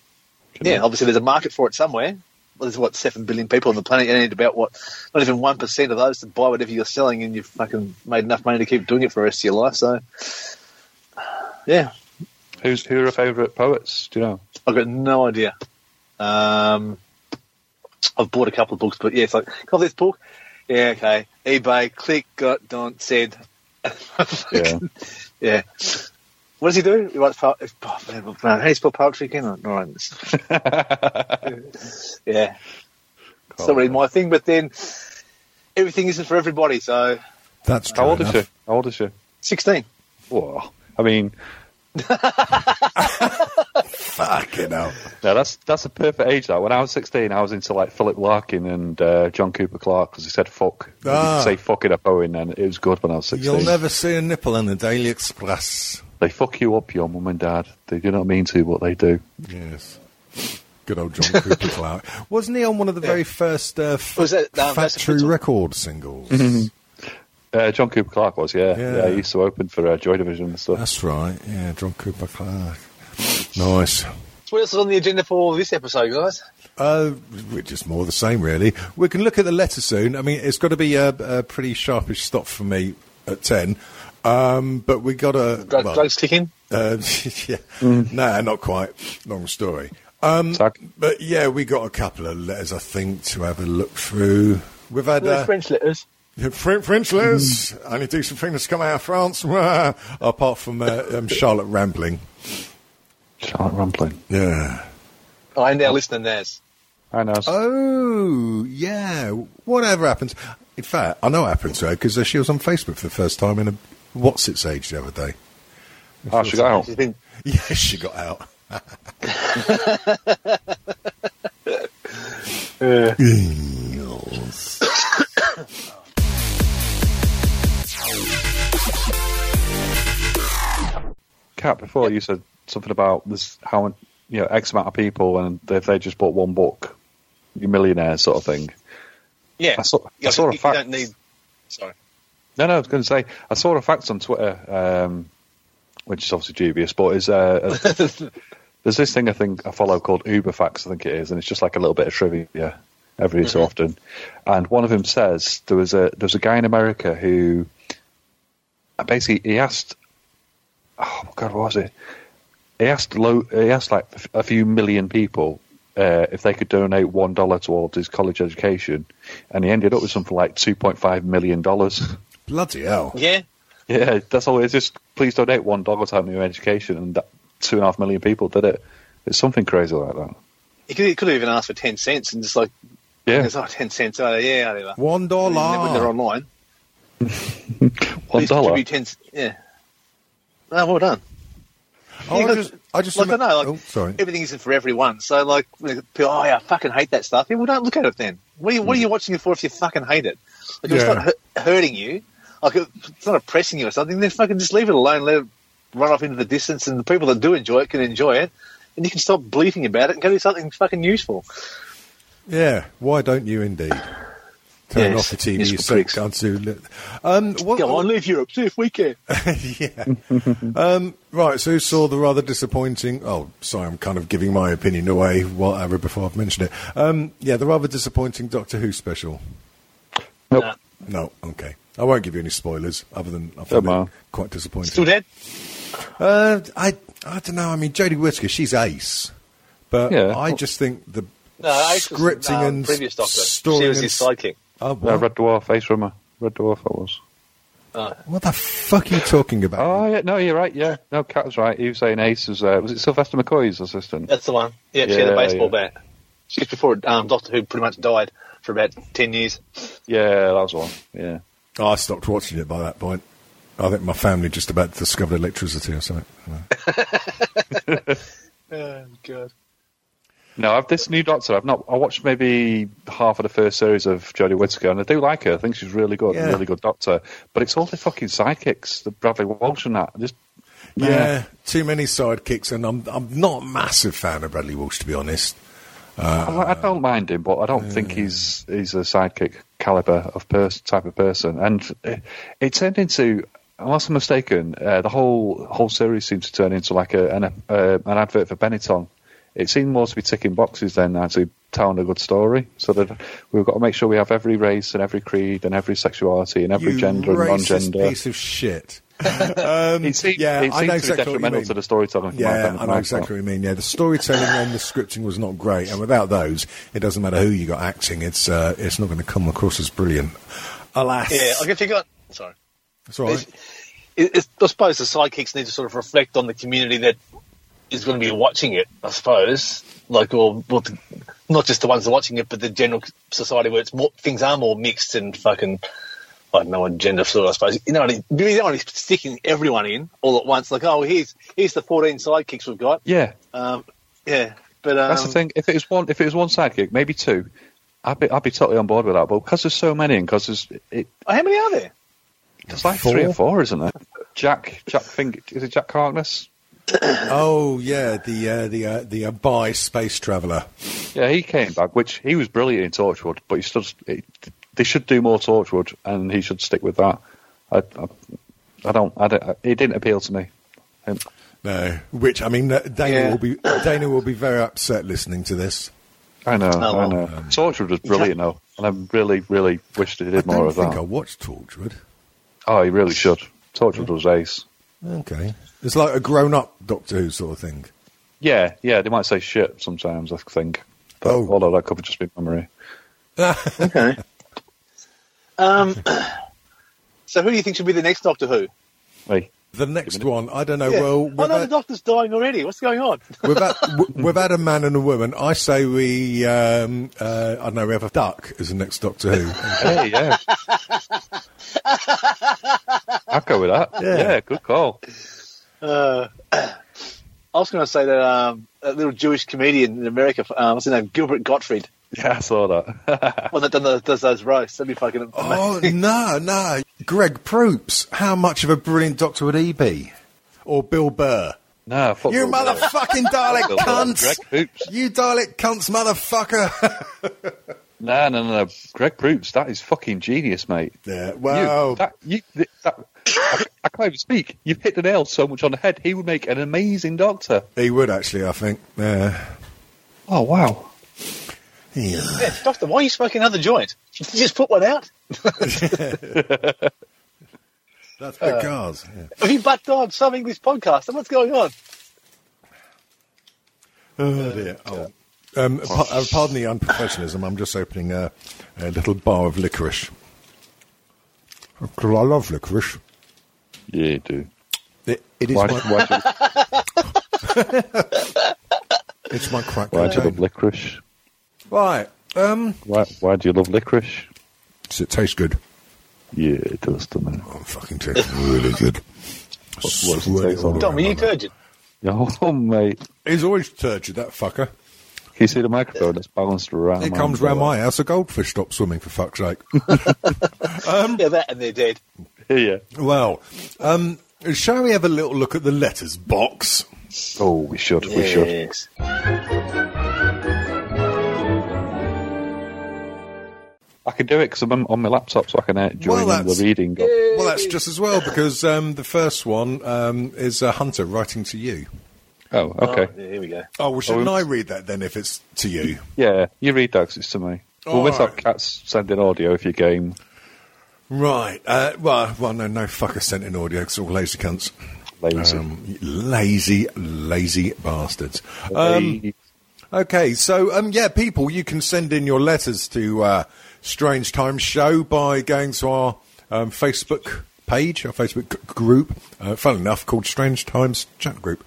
Speaker 6: yeah, obviously there's a market for it somewhere. Well, there's what seven billion people on the planet. You need about what, not even one percent of those to buy whatever you're selling, and you've fucking made enough money to keep doing it for the rest of your life. So, yeah,
Speaker 5: Who's who are your favourite poets? Do you know?
Speaker 6: I've got no idea. Um, I've bought a couple of books, but yeah, it's like, got this book? Yeah, okay. eBay, click, got, don't, said.
Speaker 5: Yeah.
Speaker 6: Yeah. What does he do? He writes poetry. Oh, man, man, how do you spell poetry again? All right. yeah. It's not really my thing, but then everything isn't for everybody, so
Speaker 4: That's true.
Speaker 5: How old is
Speaker 4: enough.
Speaker 5: she? How old is she?
Speaker 6: 16.
Speaker 5: Whoa. I mean,
Speaker 4: Fucking hell.
Speaker 5: no, that's that's a perfect age. That when I was sixteen, I was into like Philip Larkin and uh, John Cooper Clarke because he said fuck. You
Speaker 4: Ah.
Speaker 5: could say fuck in a poem, and it was good when I was 16
Speaker 4: You'll never see a nipple in the Daily Express.
Speaker 5: They fuck you up, your mum and dad. They do not mean to, but they do.
Speaker 4: Yes. Good old John Cooper Clarke. Wasn't he on one of the very first uh, f-
Speaker 6: Was that- no,
Speaker 4: Fat
Speaker 6: that's a Mm-hmm.
Speaker 4: True
Speaker 6: fiddle.
Speaker 4: record singles?
Speaker 5: Uh, John Cooper Clarke was, yeah.
Speaker 4: Yeah.
Speaker 5: yeah, He used to open for uh, Joy Division and stuff.
Speaker 4: That's right. Yeah, John Cooper Clarke. Nice.
Speaker 6: So what else is on the agenda for this episode, guys?
Speaker 4: Uh, we're just more the same, really. We can look at the letter soon. I mean, it's got to be a, a pretty sharpish stop for me at 10. Um, but we got to.
Speaker 6: Drug, drugs kicking?
Speaker 4: Uh, yeah.
Speaker 6: Mm.
Speaker 4: No, not quite. Long story. Um,
Speaker 5: So-
Speaker 4: but yeah, we got a couple of letters, I think, to have a look through. We've had
Speaker 6: They're
Speaker 4: uh,
Speaker 6: French letters.
Speaker 4: yeah, Fr- French Liz, only decent things come out of France, apart from uh, um, Charlotte Rampling.
Speaker 5: Charlotte Rampling.
Speaker 4: Yeah.
Speaker 6: I am now listening, Naz.
Speaker 5: I know.
Speaker 4: Oh, yeah. Whatever happens. In fact, I know what happened to her because uh, she was on Facebook for the first time in a what's its age the other day.
Speaker 5: oh, she got out.
Speaker 6: She's been
Speaker 4: Yeah, she got out. Yes.
Speaker 5: Cat, before you said something about this, how you know X amount of people, and if they just bought one book, you millionaire sort of thing.
Speaker 6: Yeah.
Speaker 5: I saw- I
Speaker 6: You-
Speaker 5: saw a
Speaker 6: you
Speaker 5: fact.
Speaker 6: don't need. Sorry.
Speaker 5: No, no, I was going to say I saw a fact on Twitter, um, which is obviously dubious, but is uh, a- there's this thing I think I follow called Uber Facts, I think it is, and it's just like a little bit of trivia every so often. And one of them says there was a there was a guy in America who uh, basically he asked, oh God, what was it? He asked low, he asked like a few million people uh, if they could donate one dollar towards his college education, and he ended up with something like two point five million dollars.
Speaker 4: Bloody hell.
Speaker 6: Yeah.
Speaker 5: yeah, that's all. It's just please donate one dollar to our new education, and that two and a half million people did it. It's something crazy like that.
Speaker 6: He could, he could have even asked for 10 cents and just like,
Speaker 5: Yeah,
Speaker 6: it's, oh, 10 cents. Oh, yeah, whatever.
Speaker 4: One
Speaker 6: And then when they're
Speaker 4: dollar.
Speaker 6: online,
Speaker 5: one
Speaker 6: please
Speaker 5: dollar.
Speaker 6: contribute 10 c- Yeah. No, well done.
Speaker 4: Oh, I
Speaker 6: Because,
Speaker 4: just, I just
Speaker 6: like, I know, like,
Speaker 4: oh, sorry.
Speaker 6: everything isn't for everyone. So, like, when people, oh, yeah, I fucking hate that stuff. Yeah, well, don't look at it then. What are you, what are you watching it for if you fucking hate it? Like, if it's
Speaker 4: Hmm. Yeah.
Speaker 6: not hu- hurting you, like, if it's not oppressing you or something, then fucking just leave it alone, let it run off into the distance, and the people that do enjoy it can enjoy it, and you can stop bleating about it and go do something fucking useful.
Speaker 4: Yeah, why don't you indeed? Turn
Speaker 6: Yes,
Speaker 4: off the TV, you
Speaker 6: useful
Speaker 4: so
Speaker 6: pricks.
Speaker 4: can't see li- Um, what,
Speaker 6: Go on, leave Europe, see if we care.
Speaker 4: yeah. um, right, so who saw the rather disappointing. Oh, sorry, I'm kind of giving my opinion away while ever before I've mentioned it. Um, yeah, the rather disappointing Doctor Who special.
Speaker 5: Nope.
Speaker 4: No, okay. I won't give you any spoilers, other than I
Speaker 5: Don't
Speaker 4: found it
Speaker 5: mind.
Speaker 4: quite disappointing.
Speaker 6: Still dead?
Speaker 4: Uh, I I don't know. I mean, Jodie Whittaker, she's ace, but
Speaker 5: Yeah.
Speaker 4: I just think the
Speaker 6: No, Ace was,
Speaker 4: scripting
Speaker 6: um,
Speaker 4: and
Speaker 6: previous Doctor.
Speaker 4: story
Speaker 6: She was
Speaker 4: and
Speaker 6: his
Speaker 4: s-
Speaker 6: sidekick.
Speaker 4: Oh,
Speaker 5: No,
Speaker 4: what,
Speaker 5: Uh, Red Dwarf, Ace Rummer, Red Dwarf. That was.
Speaker 4: what the fuck are you talking about?
Speaker 5: Oh yeah, no, you're right. Yeah, no, Cat's right. He was saying Ace was. Uh, was it Sylvester McCoy's assistant?
Speaker 6: That's the one. Yeah, she had
Speaker 5: Yeah,
Speaker 6: a baseball
Speaker 5: yeah.
Speaker 6: bat. Just before um, Doctor Who pretty much died for about 10 years.
Speaker 5: Yeah, that was the one. Yeah.
Speaker 4: Oh, I stopped watching it by that point. I think my family just about discovered electricity or something.
Speaker 6: Oh, God.
Speaker 5: No, I've this new Doctor. I've not. I watched maybe half of the first series of Jodie Whittaker, and I do like her. I think she's really good,
Speaker 4: Yeah.
Speaker 5: really good Doctor. But it's all the fucking sidekicks, the Bradley Walsh and that. Just
Speaker 4: Yeah, too many sidekicks, and I'm I'm not a massive fan of Bradley Walsh to be honest.
Speaker 5: I, I don't mind him, but I don't think he's he's a sidekick caliber of person type of person. And it, it turned into, unless I'm mistaken, uh, the whole whole series seemed to turn into like a an, uh, an advert for Benetton. It seemed more to be ticking boxes than actually telling a good story. So that we've got to make sure we have every race and every creed and every sexuality and every
Speaker 4: you
Speaker 5: gender and
Speaker 4: racist
Speaker 5: non-gender.
Speaker 4: piece of shit.
Speaker 5: it seemed,
Speaker 4: yeah,
Speaker 5: it
Speaker 4: I
Speaker 5: seemed
Speaker 4: know
Speaker 5: to
Speaker 4: exactly what
Speaker 5: be
Speaker 4: you
Speaker 5: detrimental
Speaker 4: mean.
Speaker 5: to the storytelling. from my
Speaker 4: Yeah,
Speaker 5: point of
Speaker 4: I know
Speaker 5: view.
Speaker 4: exactly what you mean. Yeah, the storytelling and the scripting was not great, and without those, it doesn't matter who you got acting; it's uh, it's not going to come across as brilliant. Alas,
Speaker 6: Yeah, like if you got. Sorry.
Speaker 4: it's all right.
Speaker 6: It, it's, I suppose the sidekicks need to sort of reflect on the community that is going to be watching it, I suppose. Like, or well, the, not just the ones that are watching it, but the general society where it's more, things are more mixed and fucking. I don't know what gender fluid, I suppose. You know, what I mean? you don't want to be sticking everyone in all at once. Like, oh, here's here's the 14 sidekicks we've got.
Speaker 5: Yeah,
Speaker 6: Um, yeah, but um,
Speaker 5: That's the thing. If it was one, if it was one sidekick, maybe two, I'd be, I'd be totally on board with that. But because there's so many, and because there's, it,
Speaker 6: oh, How many are there?
Speaker 5: it's like
Speaker 4: Four?
Speaker 5: three or four, isn't it? Jack, Jack Fink, is it Jack Harkness?
Speaker 4: Oh yeah, the uh, the uh, the uh, bi space traveller.
Speaker 5: Yeah, he came back, which he was brilliant in Torchwood, but he still, it, they should do more Torchwood, and he should stick with that. I, I, I don't, I don't, it didn't appeal to me. Um,
Speaker 4: No, which I mean, uh, Dana
Speaker 6: Yeah.
Speaker 4: will be Dana will be very upset listening to this.
Speaker 5: I know,
Speaker 6: Oh,
Speaker 5: I
Speaker 6: well.
Speaker 5: know. Torchwood was brilliant though, and I really, really wished they did
Speaker 4: I
Speaker 5: more
Speaker 4: don't
Speaker 5: of
Speaker 4: think
Speaker 5: that.
Speaker 4: I watched Torchwood.
Speaker 5: Oh, he really should. Torchwood was ace.
Speaker 4: Okay, it's like a grown-up Doctor Who sort of thing.
Speaker 5: Yeah, yeah, they might say shit sometimes, I think. But,
Speaker 4: Oh.
Speaker 5: Although that could just be memory.
Speaker 6: Okay. um, so who do you think should be the next Doctor Who?
Speaker 5: Hey.
Speaker 4: The next one, I don't know.
Speaker 6: Yeah.
Speaker 4: Well,
Speaker 6: oh
Speaker 4: we've
Speaker 6: no, the
Speaker 4: had,
Speaker 6: Doctor's dying already. What's going on?
Speaker 4: we've, had, w- we've had a man and a woman. I say we, um, uh, I don't know, we have a duck as the next Doctor Who.
Speaker 5: Hey, yeah. I'll go with that.
Speaker 4: Yeah.
Speaker 5: Yeah, good call.
Speaker 6: Uh, I was going to say that um, that little Jewish comedian in America, um, what's his name, Gilbert Gottfried,
Speaker 5: Yeah, I saw that.
Speaker 6: one that done the, does those roasts. That'd be fucking amazing.
Speaker 4: Oh no, no, Greg Proops. How much of a brilliant doctor would he be? Or Bill Burr?
Speaker 5: no, fuck
Speaker 4: You
Speaker 5: all that.
Speaker 4: motherfucking Dalek
Speaker 5: Bill Burr.
Speaker 4: cunts!
Speaker 5: Greg Proops.
Speaker 4: You Dalek cunts, motherfucker!
Speaker 5: No, no, no, no. Greg Proops, that is fucking genius, mate.
Speaker 4: yeah,
Speaker 5: You,
Speaker 4: well,
Speaker 5: that, you, th- that, I, I can't even speak. You've hit the nail so much on the head. He would make an amazing doctor.
Speaker 4: he would actually, I think. Yeah.
Speaker 5: Oh, wow.
Speaker 4: yeah.
Speaker 6: Yeah, Doctor, why are you smoking another joint? Did you just put one out?
Speaker 4: That's because. Yeah.
Speaker 6: Have you butt on some English podcast? And what's going on?
Speaker 4: Oh dear. Oh. Um, pa- uh, pardon the unprofessionalism. I'm just opening a, a little bar of licorice. 'Cause I love licorice.
Speaker 5: Yeah, you do.
Speaker 4: It, it is
Speaker 5: Why,
Speaker 4: my,
Speaker 5: why, do, you-
Speaker 4: it's my crack
Speaker 5: why do you
Speaker 4: cocaine.
Speaker 5: love licorice?
Speaker 4: Right. Um,
Speaker 5: Why, why do you love licorice?
Speaker 4: does it taste good?
Speaker 5: Yeah, it does, doesn't it?
Speaker 4: Oh, it fucking tastes really good.
Speaker 5: what does it
Speaker 4: Sweat
Speaker 5: taste
Speaker 4: all
Speaker 5: like?
Speaker 4: around
Speaker 6: Dom, are you
Speaker 4: my mouth.
Speaker 6: turgid?
Speaker 5: Oh, mate. Can
Speaker 4: He's always turgid, that fucker.
Speaker 5: you see the microphone that's balanced around?
Speaker 4: It
Speaker 5: my
Speaker 4: comes round
Speaker 5: umbrella?
Speaker 4: my house. A goldfish stopped swimming, for fuck's sake.
Speaker 5: Um,
Speaker 6: yeah, that and they're dead.
Speaker 5: Yeah.
Speaker 4: well, um, shall we have a little look at the letters box?
Speaker 5: Oh, we should. We should.
Speaker 6: Yes.
Speaker 5: I can do it because I'm on my laptop, so I can uh, join in the
Speaker 4: that's-
Speaker 5: reading.
Speaker 4: Well, that's just as well because um, the first one um, is uh, Hunter writing to you.
Speaker 5: Oh, okay.
Speaker 6: Oh, yeah, here we go.
Speaker 4: Oh, well, shouldn't I read that then if it's to you?
Speaker 5: Yeah, you read that 'cause it's to me. well,
Speaker 4: All
Speaker 5: with
Speaker 4: right.
Speaker 5: that, cats sending audio if you're game.
Speaker 4: Right. Uh, well, well, no, no fucker sent in audio because all lazy cunts.
Speaker 5: Lazy.
Speaker 4: Um, lazy, lazy bastards. Um, Okay, so um, yeah, people, you can send in your letters to uh, Strange Times Show by going to our um, Facebook page, our Facebook g- group, uh, fun enough, called Strange Times Chat Group.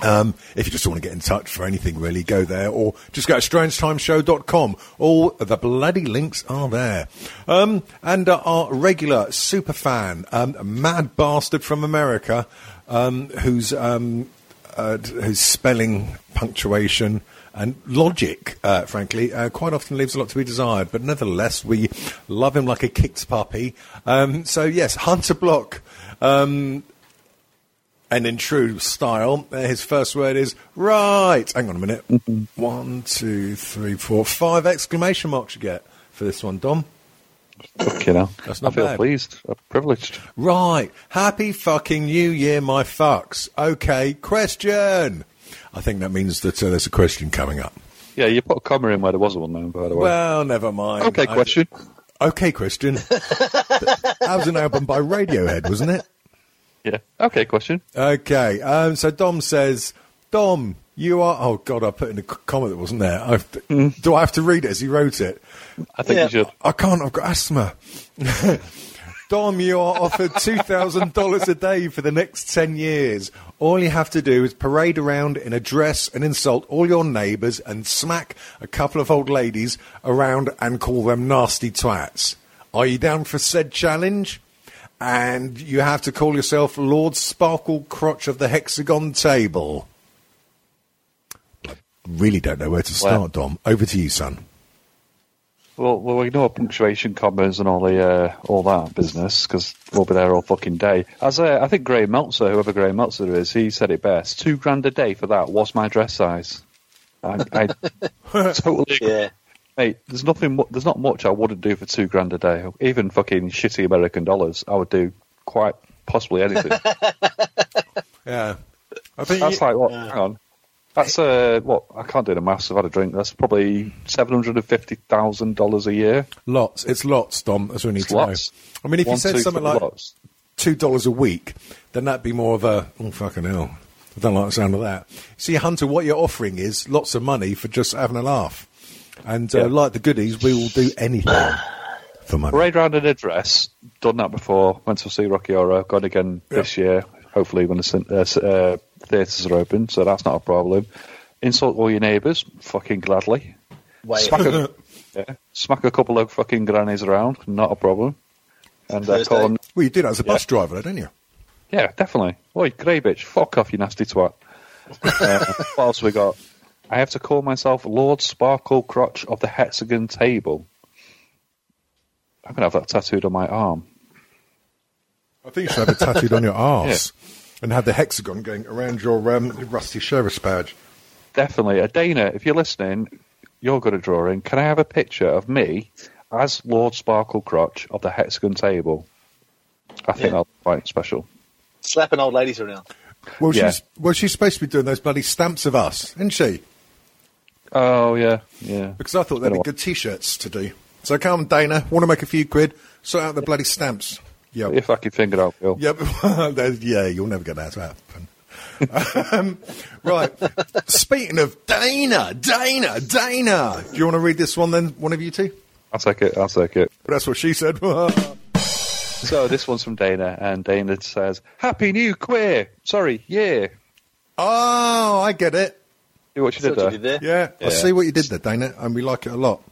Speaker 4: Um, if you just want to get in touch for anything, really, go there or just go to strangetimeshow.com. All the bloody links are there. Um, and uh, our regular super fan, um, Mad Bastard from America, um, who's, um, uh, d- whose spelling, punctuation, and logic, uh, frankly, uh, quite often leaves a lot to be desired. But nevertheless, we love him like a kicked puppy. Um, so, yes, Hunter Block. um, And in true style, uh, his first word is right. Hang on a minute. One, two, three, four, five exclamation marks you get for this one, Dom.
Speaker 5: Fuck, you know.
Speaker 4: That's not
Speaker 5: I feel
Speaker 4: bad.
Speaker 5: pleased. I'm privileged.
Speaker 4: Right. Happy fucking New Year, my fucks. Okay, question. I think that means that uh, there's a question coming up.
Speaker 5: Yeah, you put a comma in where there wasn't one, then, by the way.
Speaker 4: Well, never mind.
Speaker 5: okay,
Speaker 4: I-
Speaker 5: question.
Speaker 4: Okay, question. that was an album by Radiohead, wasn't it?
Speaker 5: Yeah. Okay, question.
Speaker 4: Okay, um, so Dom says, Dom, you are. Oh God, I put in a c- comment that wasn't there. I've,
Speaker 5: Hmm.
Speaker 4: Do I have to read it as he wrote it?
Speaker 5: I think
Speaker 6: Yeah.
Speaker 5: you should.
Speaker 4: I can't. I've got asthma. Dom, you are offered two thousand dollars a day for the next ten years. All you have to do is parade around in a dress and insult all your neighbours and smack a couple of old ladies around and call them nasty twats. Are you down for said challenge? And you have to call yourself Lord Sparkle Crotch of the Hexagon Table. I really don't know where to start, Dom. Over to you, son.
Speaker 5: Well, we'll ignore punctuation, commas, and all the uh, all that business because we'll be there all fucking day. As uh, I think Graham Meltzer, whoever Graham Meltzer is, he said it best. Two grand a day for that was my dress size. I, I totally agree.
Speaker 6: Yeah.
Speaker 5: Mate, there's nothing. mu- There's not much I wouldn't do for two grand a day. Even fucking shitty American dollars, I would do quite possibly anything.
Speaker 4: Yeah. I think
Speaker 5: That's like what? Hang on. That's uh, what I can't do the maths. I've had a drink. That's probably seven hundred and fifty thousand dollars a year.
Speaker 4: Lots. It's lots, Dom. That's what we need
Speaker 5: It's
Speaker 4: to
Speaker 5: lots.
Speaker 4: know. I mean, if
Speaker 5: One,
Speaker 4: you said
Speaker 5: two,
Speaker 4: something
Speaker 5: three
Speaker 4: like
Speaker 5: lots.
Speaker 4: two dollars a week, then that'd be more of a oh fucking hell. I don't like the sound of that. See, Hunter, what you're offering is lots of money for just having a laugh, and uh,
Speaker 5: Yeah.
Speaker 4: like the goodies, we will do anything for money.
Speaker 5: Parade round in a dress. Done that before. Went to see Rocky Horror. Gone again this year. Hopefully when the cin- uh, s- uh, theatres are open, so that's not a problem. Insult all your neighbours. Fucking gladly.
Speaker 6: Wait.
Speaker 5: Smack a, yeah, smack a couple of fucking grannies around. Not a problem. And uh, call
Speaker 6: Thursday.
Speaker 5: 'em-
Speaker 4: Well, you do that as a bus driver, don't you?
Speaker 5: Yeah, definitely. Oi, grey bitch, fuck off, you nasty twat. uh, what else we got? I have to call myself Lord Sparkle Crotch of the Hexagon Table. I'm gonna have that tattooed on my arm.
Speaker 4: I think you should have it tattooed on your arse and have the hexagon going around your um, rusty sheriff's badge.
Speaker 5: Definitely, uh, Dana. If you're listening, you're good at drawing. Can I have a picture of me as Lord Sparkle Crotch of the Hexagon Table? I think
Speaker 6: Yeah.
Speaker 5: that'll be quite special.
Speaker 6: Slapping old ladies around.
Speaker 4: Well,
Speaker 5: Yeah.
Speaker 4: she's well, she's supposed to be doing those bloody stamps of us, isn't she?
Speaker 5: Oh yeah, yeah.
Speaker 4: Because I thought they'd be
Speaker 5: Anyway.
Speaker 4: good t-shirts to do. So come, Dana, want to make a few quid? Sort out the bloody stamps. Yep.
Speaker 5: If I could figure it out, Bill.
Speaker 4: Yep. That- yeah, you'll never get that to happen. um, right. Speaking of Dana, Dana, Dana. Do you want to read this one then, one of you two?
Speaker 5: I'll take it. I'll take it.
Speaker 4: That's what she said. Oh,
Speaker 5: So this one's from Dana, and Dana says, "Happy New Queer." Sorry, yeah.
Speaker 4: Oh, I get it.
Speaker 5: See what you
Speaker 6: That's
Speaker 5: did
Speaker 6: what you
Speaker 5: there.
Speaker 6: did there.
Speaker 4: Yeah, I
Speaker 5: Yeah.
Speaker 4: see what you did there, Dana, and we like it a lot.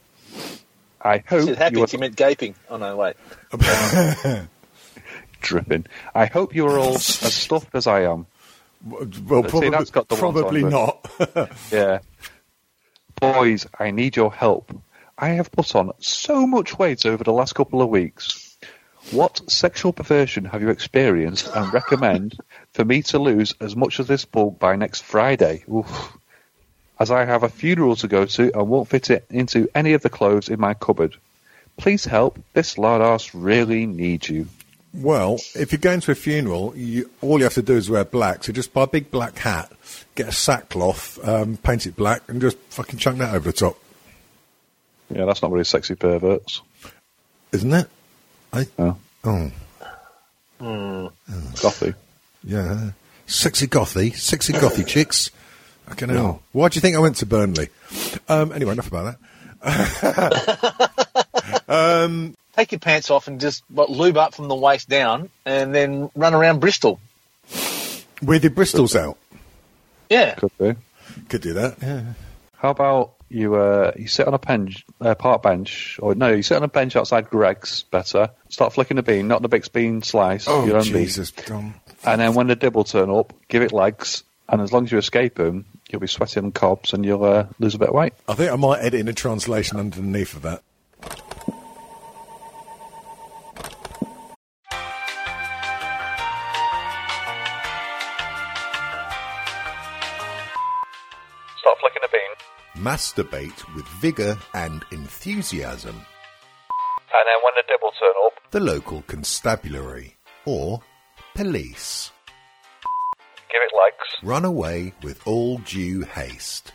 Speaker 5: I
Speaker 6: She
Speaker 5: hope
Speaker 6: said happy,
Speaker 5: you are
Speaker 6: she meant gaping. Oh, no, wait.
Speaker 5: dripping. I hope you are all as stuffed as I am.
Speaker 4: Well,
Speaker 5: See,
Speaker 4: probably,
Speaker 5: that's got the ones on,
Speaker 4: probably
Speaker 5: but-
Speaker 4: not.
Speaker 5: Yeah. Boys, I need your help. I have put on so much weight over the last couple of weeks. What sexual perversion have you experienced and recommend for me to lose as much of this bulk by next Friday? Oof. As I have a funeral to go to and won't fit it into any of the clothes in my cupboard. Please help. This lard ass really needs you.
Speaker 4: Well, if you're going to a funeral, you, all you have to do is wear black. So just buy a big black hat, get a sackcloth, um, paint it black, and just fucking chuck that over the top,
Speaker 5: Yeah, that's not really sexy perverts.
Speaker 4: isn't it? I,
Speaker 5: No.
Speaker 4: oh,
Speaker 5: Gothy.
Speaker 4: yeah, sexy gothy, sexy gothy chicks. I can know. Why do you think I went to Burnley? Um, anyway, enough about that.
Speaker 6: Take your pants off and just what, lube up from the waist down and then run around Bristol.
Speaker 4: With your bristles out,
Speaker 6: Yeah.
Speaker 5: Could be.
Speaker 4: could do that. Yeah.
Speaker 5: How about you? Uh, you sit on a bench, uh, park bench, or no, you sit on a bench outside Greg's. Better start flicking the bean, not the big bean slice, your
Speaker 4: Oh
Speaker 5: own
Speaker 4: Jesus, Dom.
Speaker 5: bean. And then when the dibble turn up, give it legs, and as long as you escape him, you'll be sweating cobs and you'll uh, lose a bit of weight.
Speaker 4: I think I might edit in a translation underneath of that.
Speaker 5: Start flicking the bean,
Speaker 1: Masturbate with vigour and enthusiasm.
Speaker 5: and then when the dibble turn up,
Speaker 1: The local constabulary or police.
Speaker 5: give it legs,
Speaker 1: Run away with all due haste.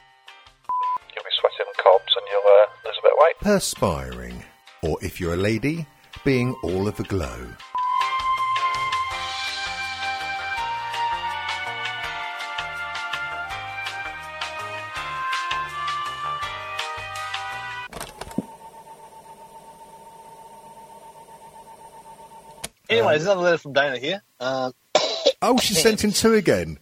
Speaker 5: you'll be sweating cobs and you'll uh, lose a bit of weight.
Speaker 1: Perspiring, or if you're a lady, being all of a glow.
Speaker 6: Anyway, there's another letter from Dana here. Um,
Speaker 4: Oh, she sent in two again.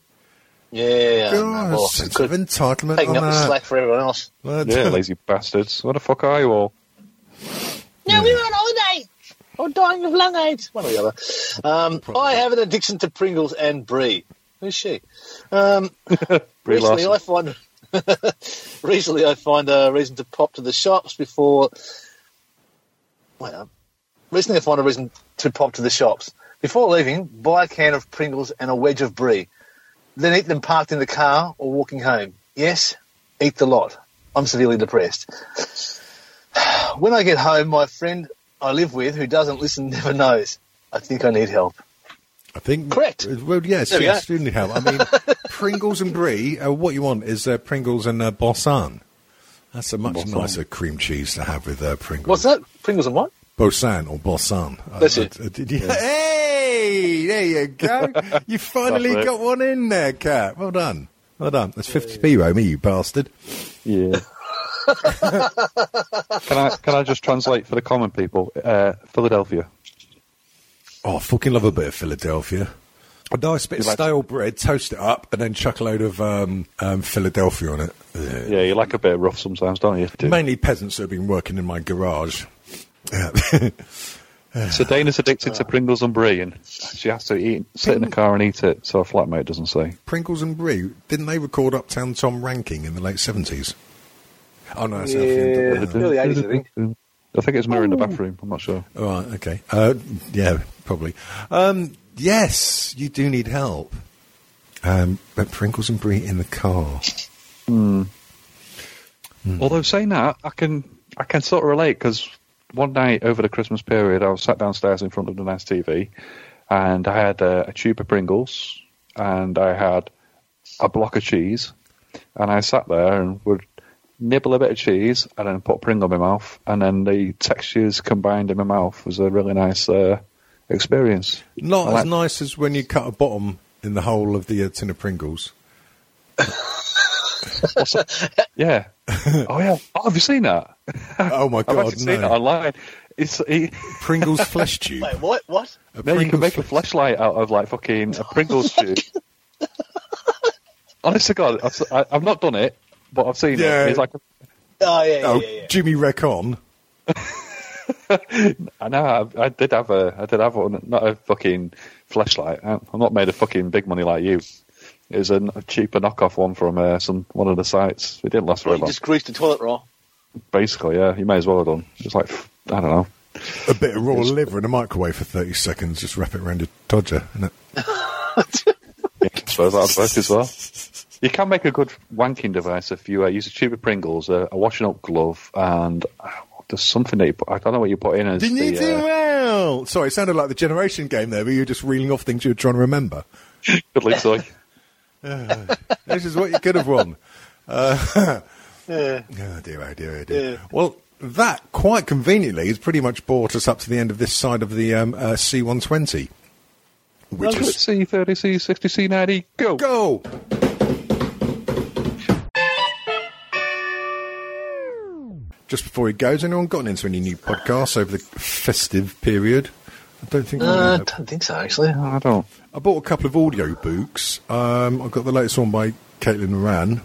Speaker 6: yeah.
Speaker 4: God,
Speaker 6: well,
Speaker 4: sense
Speaker 6: good.
Speaker 4: of entitlement on
Speaker 6: Taking up the
Speaker 4: that.
Speaker 6: slack for everyone else.
Speaker 4: Bloody
Speaker 5: Yeah,
Speaker 4: hell.
Speaker 5: lazy bastards. Where the fuck are you all?
Speaker 2: No, we were on holiday.
Speaker 6: Or Oh, dying of lung AIDS. One or the other. Um, I have an addiction to Pringles and Brie. Who's she? Um,
Speaker 5: Brie
Speaker 6: recently,
Speaker 5: Larson.
Speaker 6: I find recently I find a reason to pop to the shops before. Wait, um, recently I find a reason to pop to the shops before leaving. Buy a can of Pringles and a wedge of Brie, then eat them parked in the car or walking home. Yes, eat the lot. I'm severely depressed. when I get home, my friend I live with who doesn't listen never knows. I think I need help.
Speaker 4: I think uh,
Speaker 6: Correct.
Speaker 4: Well, yes,
Speaker 6: There we
Speaker 4: yes,
Speaker 6: go.
Speaker 4: student help. I mean, Pringles and brie. Uh, what you want is uh, Pringles and uh, Bosan. That's a much nicer cream cheese to have with uh, Pringles.
Speaker 6: What's that? Pringles and what?
Speaker 4: Bosan or Bosan. I-
Speaker 6: That's
Speaker 4: I-
Speaker 6: it.
Speaker 4: I uh, did- yeah. Hey, there you go. you finally
Speaker 5: That's it.
Speaker 4: got one in there, Cat. Well done. Well done. That's 50p, Romy, you bastard.
Speaker 5: Yeah. can I can I just translate for the common people? Uh, Philadelphia.
Speaker 4: Oh, I fucking love a bit of Philadelphia. A nice bit of
Speaker 5: You like-
Speaker 4: stale bread, toast it up, and then chuck a load of um, um, Philadelphia on it. Yeah.
Speaker 5: Yeah, you like a bit of rough sometimes, don't you?
Speaker 4: Mainly peasants who have been working in my garage. Yeah.
Speaker 5: So Dana's addicted to Pringles and Brie, and she has to eat, sit in the car and eat it. So her flatmate doesn't say.
Speaker 4: Pringles and Brie, didn't they record Uptown Tom ranking in the late 70s? Oh, no, that's
Speaker 6: Yeah.
Speaker 4: Alfie and
Speaker 6: Early 80s, I think.
Speaker 5: I think it's mirror in the bathroom. I'm not sure.
Speaker 4: All right, okay. Uh, yeah, probably. Um, yes, you do need help. Um, but Pringles and Brie in the car.
Speaker 5: Although saying that, I can I can sort of relate because one night over the Christmas period, I was sat downstairs in front of the nice TV, and I had a, a tube of Pringles and I had a block of cheese, and I sat there and would nibble a bit of cheese and then put a Pringle in my mouth, and then the textures combined in my mouth was a really nice uh, experience.
Speaker 4: Not
Speaker 5: I like-
Speaker 4: as nice as when you cut a bottom in the whole of the uh, tin of Pringles.
Speaker 5: Yeah. oh yeah. Oh, have you seen that?
Speaker 4: Oh my
Speaker 5: I've
Speaker 4: god,
Speaker 5: actually seen it
Speaker 4: no!
Speaker 5: online. It's it,
Speaker 4: Pringles flesh tube.
Speaker 6: Wait, what? What?
Speaker 4: A
Speaker 5: no, you can
Speaker 4: Pringles Oh
Speaker 5: make a
Speaker 4: flesh-
Speaker 5: flashlight out of like fucking a Pringles tube. Honest to God, I've, s- I, have not done it, but I've seen
Speaker 4: Yeah.
Speaker 5: it. It's like
Speaker 6: Oh yeah, yeah,
Speaker 4: Oh,
Speaker 6: yeah. yeah.
Speaker 4: Jimmy Recon.
Speaker 5: I know I, I did have a I did have one, not a fucking flashlight. I'm I'm not made of fucking big money like you. It was a, n- a cheaper knockoff one from uh, some one of the sites. It didn't last
Speaker 6: Well,
Speaker 5: very
Speaker 6: you
Speaker 5: long.
Speaker 6: just greased the toilet roll.
Speaker 5: Basically, yeah, you may as well have done. It's like I don't know.
Speaker 4: A bit of raw liver in a microwave for 30 seconds, just wrap it around a dodger. And it,
Speaker 5: I suppose that'd work as well. You can make a good wanking device if you uh, use a tube of Pringles, uh, a washing up glove, and uh, there's something that you put, I don't know what you put in as
Speaker 4: didn't you
Speaker 5: the,
Speaker 4: do
Speaker 5: uh,
Speaker 4: well? Sorry, it sounded like the generation game there, but you were just reeling off things you were trying to remember.
Speaker 5: good luck, sorry.
Speaker 4: This is what you could have won. Uh,
Speaker 6: Yeah.
Speaker 4: Oh dear, oh dear, oh dear.
Speaker 6: Yeah.
Speaker 4: Well, that quite conveniently has pretty much brought us up to the end of this side of the um, uh, C120, which is
Speaker 5: C thirty C sixty C ninety go.
Speaker 4: go. Just before he goes, anyone gotten into any new podcasts over the festive period? I don't think. I
Speaker 6: Uh, I
Speaker 4: have.
Speaker 6: don't think so, actually.
Speaker 5: No, I don't.
Speaker 4: I bought a couple of audio books. Um, I got the latest one by Caitlin Moran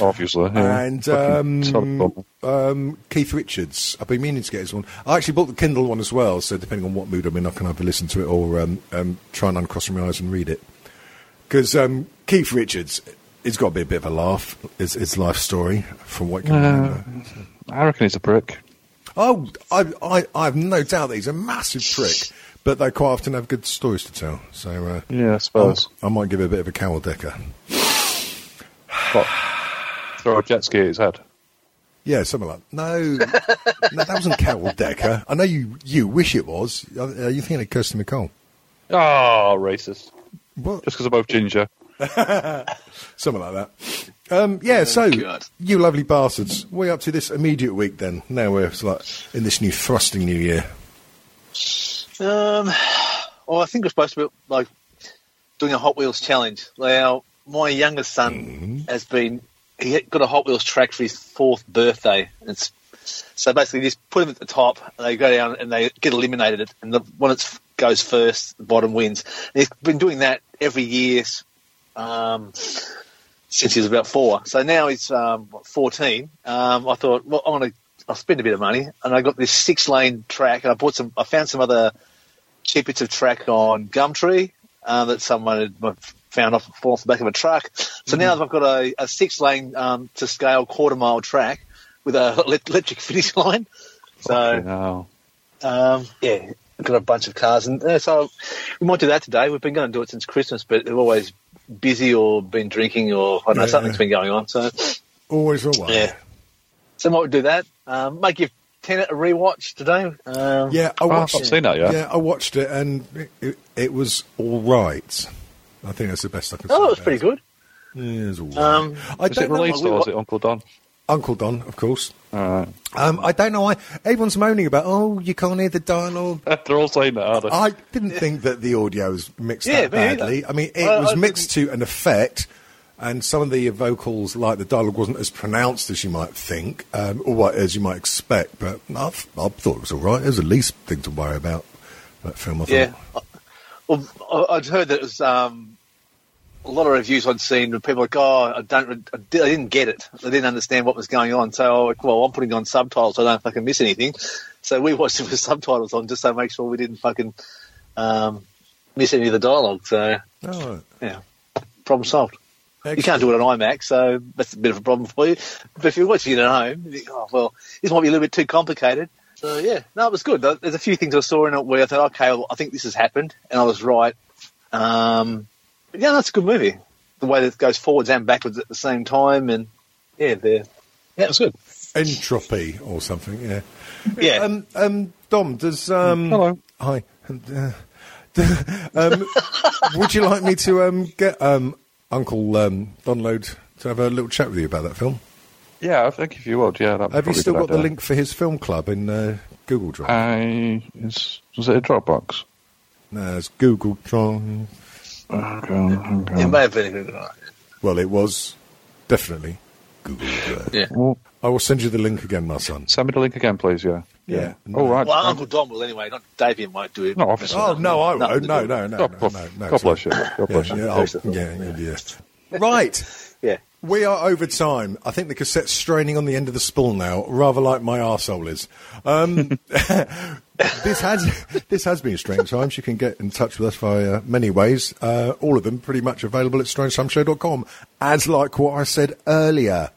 Speaker 5: Obviously, yeah.
Speaker 4: and
Speaker 5: Fucking sorry,
Speaker 4: um,
Speaker 5: Bob.
Speaker 4: um, Keith Richards. I've been meaning to get his one. I actually bought the Kindle one as well, so depending on what mood I'm in, I can either listen to it or um, um, try and uncross my eyes and read it. Because um, Keith Richards, it's got to be a bit of a laugh. It's, it's life story from what I can remember.
Speaker 5: I reckon he's a prick.
Speaker 4: Oh, I, I, I have no doubt that he's a massive prick, but they quite often have good stories to tell. So uh,
Speaker 5: Yeah, I suppose.
Speaker 4: I, I might give it a bit of a cowl decker.
Speaker 5: Throw a jet ski at his head.
Speaker 4: Yeah, something like no, no, that wasn't Carol Decker. I know you. You wish it was. Are are you thinking of Kirsty McCall?
Speaker 5: Oh, racist!
Speaker 4: What?
Speaker 5: Just because I'm both ginger.
Speaker 4: Something like that. Um, yeah. so
Speaker 6: Oh, God.
Speaker 4: you lovely bastards, what are you up to this immediate week then? Now we're it's like in this new thrusting new year.
Speaker 6: Um, well, I think we're supposed to be like doing a Hot Wheels challenge. Now, my youngest son has been he had- got a Hot Wheels track for his fourth birthday. It's so basically you just put him at the top, and they go down and they get eliminated, and the one that f- goes first, the bottom wins. And he's been doing that every year s- um, since he was about four. So now he's um, what, 14. Um, I thought, well, I'm gonna I'll spend a bit of money, and I got this six lane track, and I bought some. I found some other cheap bits of track on Gumtree uh, that someone had found off, fall off the back of a truck. So now I've got a, a six lane um, to scale quarter mile track with a le- electric finish line.
Speaker 5: Fucking
Speaker 6: So
Speaker 5: hell.
Speaker 6: um, yeah, I've got a bunch of cars, and uh, so we might do that today. We've been going to do it since Christmas, but they've always busy or been drinking or I don't know
Speaker 4: Yeah.
Speaker 6: something's been going on. So
Speaker 4: Always away.
Speaker 6: yeah, so might do that. Um, might give Tenet a rewatch today. Um,
Speaker 4: Yeah,
Speaker 5: Oh,
Speaker 4: I
Speaker 5: I've
Speaker 4: watched.
Speaker 5: not seen that yet.
Speaker 4: Yeah, I watched it and it, it, it was all right. I think that's the best I can. say
Speaker 6: Oh, it was
Speaker 4: about
Speaker 6: pretty good.
Speaker 4: Yeah, it was all right.
Speaker 6: Um,
Speaker 4: I
Speaker 5: Is it
Speaker 4: don't know-
Speaker 5: released or is it Uncle Don?
Speaker 4: Uncle Don, of course.
Speaker 5: All
Speaker 4: Um, I don't know why everyone's moaning about. Oh, you can't hear the dialogue.
Speaker 5: right. They're all saying that, aren't they?
Speaker 4: I didn't think that the audio was mixed
Speaker 6: Yeah,
Speaker 4: that
Speaker 6: me either.
Speaker 4: badly. I mean, it
Speaker 6: I-
Speaker 4: was
Speaker 6: I
Speaker 4: mixed to an effect, and some of the vocals, like the dialogue, wasn't as pronounced as you might think, um, or what, as you might expect. But I, th- I thought it was all right. It was the least thing to worry about that film. I thought.
Speaker 6: Yeah. Well, I- I'd heard that it was um, a lot of reviews I'd seen with people like, oh, I don't, re- I di- I didn't get it. I didn't understand what was going on. So, I was like, well, I'm putting on subtitles. so I don't fucking miss anything. So we watched it with subtitles on just to make sure we didn't fucking um, miss any of the dialogue. So,
Speaker 4: All right.
Speaker 6: yeah, problem solved. You
Speaker 4: Excellent.
Speaker 6: can't do it on iMac, so that's a bit of a problem for you. But if you're watching it at home, you think, oh, well, this might be a little bit too complicated. So, yeah, no, it was good. There's a few things I saw in it where I thought, okay, well, I think this has happened, and I was right. Um, but yeah, that's a good movie. The way that it goes forwards and backwards at the same time, and yeah, the, yeah, it was good.
Speaker 4: Entropy or something. Yeah.
Speaker 6: Yeah.
Speaker 4: Um, um, Dom, does um,
Speaker 5: Hello.
Speaker 4: Hi. Uh, um, would you like me to um, get um, Uncle um, Donload to have a little chat with you about that film?
Speaker 5: Yeah, I think if you would, yeah. that'd be
Speaker 4: Have
Speaker 5: probably
Speaker 4: you
Speaker 5: a
Speaker 4: still
Speaker 5: good
Speaker 4: got the
Speaker 5: idea.
Speaker 4: link for his film club in uh, Google Drive?
Speaker 5: I is was it a Dropbox?
Speaker 4: no, it's Google Drive.
Speaker 5: Google.
Speaker 6: It may have been a Google Night.
Speaker 4: Well, it was definitely Google the Glow.
Speaker 6: Yeah.
Speaker 5: Well,
Speaker 4: I will send you the link again, my son.
Speaker 5: send me the link again, please. Yeah.
Speaker 4: Yeah.
Speaker 5: All right.
Speaker 6: Well, Uncle Don will anyway. Not Davian won't do it.
Speaker 5: No, obviously.
Speaker 4: Oh no, I won't.
Speaker 6: the
Speaker 4: No,
Speaker 6: Google-
Speaker 4: no, no,
Speaker 5: God,
Speaker 4: no, no, no.
Speaker 5: God bless you. God bless
Speaker 4: Yeah,
Speaker 5: you.
Speaker 4: yeah, I'll- yeah, yeah, yeah. Right.
Speaker 6: Yeah.
Speaker 4: We are over time. I think the cassette's straining on the end of the spool now, rather like my arsehole is. Um, this has this has been Strange Times. You can get in touch with us via many ways. Uh, all of them pretty much available at strangetimeshow.com. As like what I said earlier.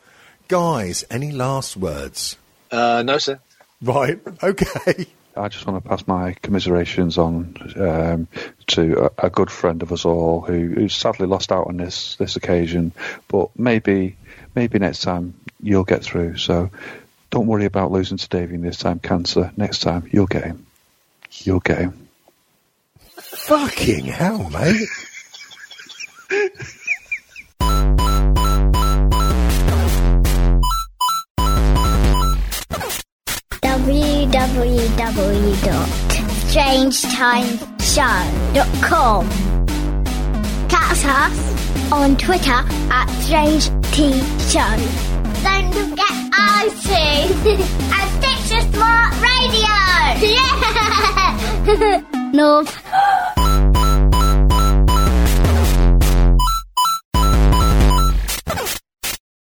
Speaker 4: Guys, any last words?
Speaker 6: Uh, no, sir.
Speaker 4: Right. Okay.
Speaker 5: I just want to pass my commiserations on um, to a, a good friend of us all who, who sadly lost out on this this occasion. But maybe maybe next time you'll get through. So don't worry about losing to Davian this time, cancer. Next time you'll get him. You'll get him.
Speaker 4: Fucking hell, mate.
Speaker 7: www.strangetimeshow.com. Catch us on Twitter at Strange T Show. Don't forget iTunes and Stitcher Smart Radio. Yeah. North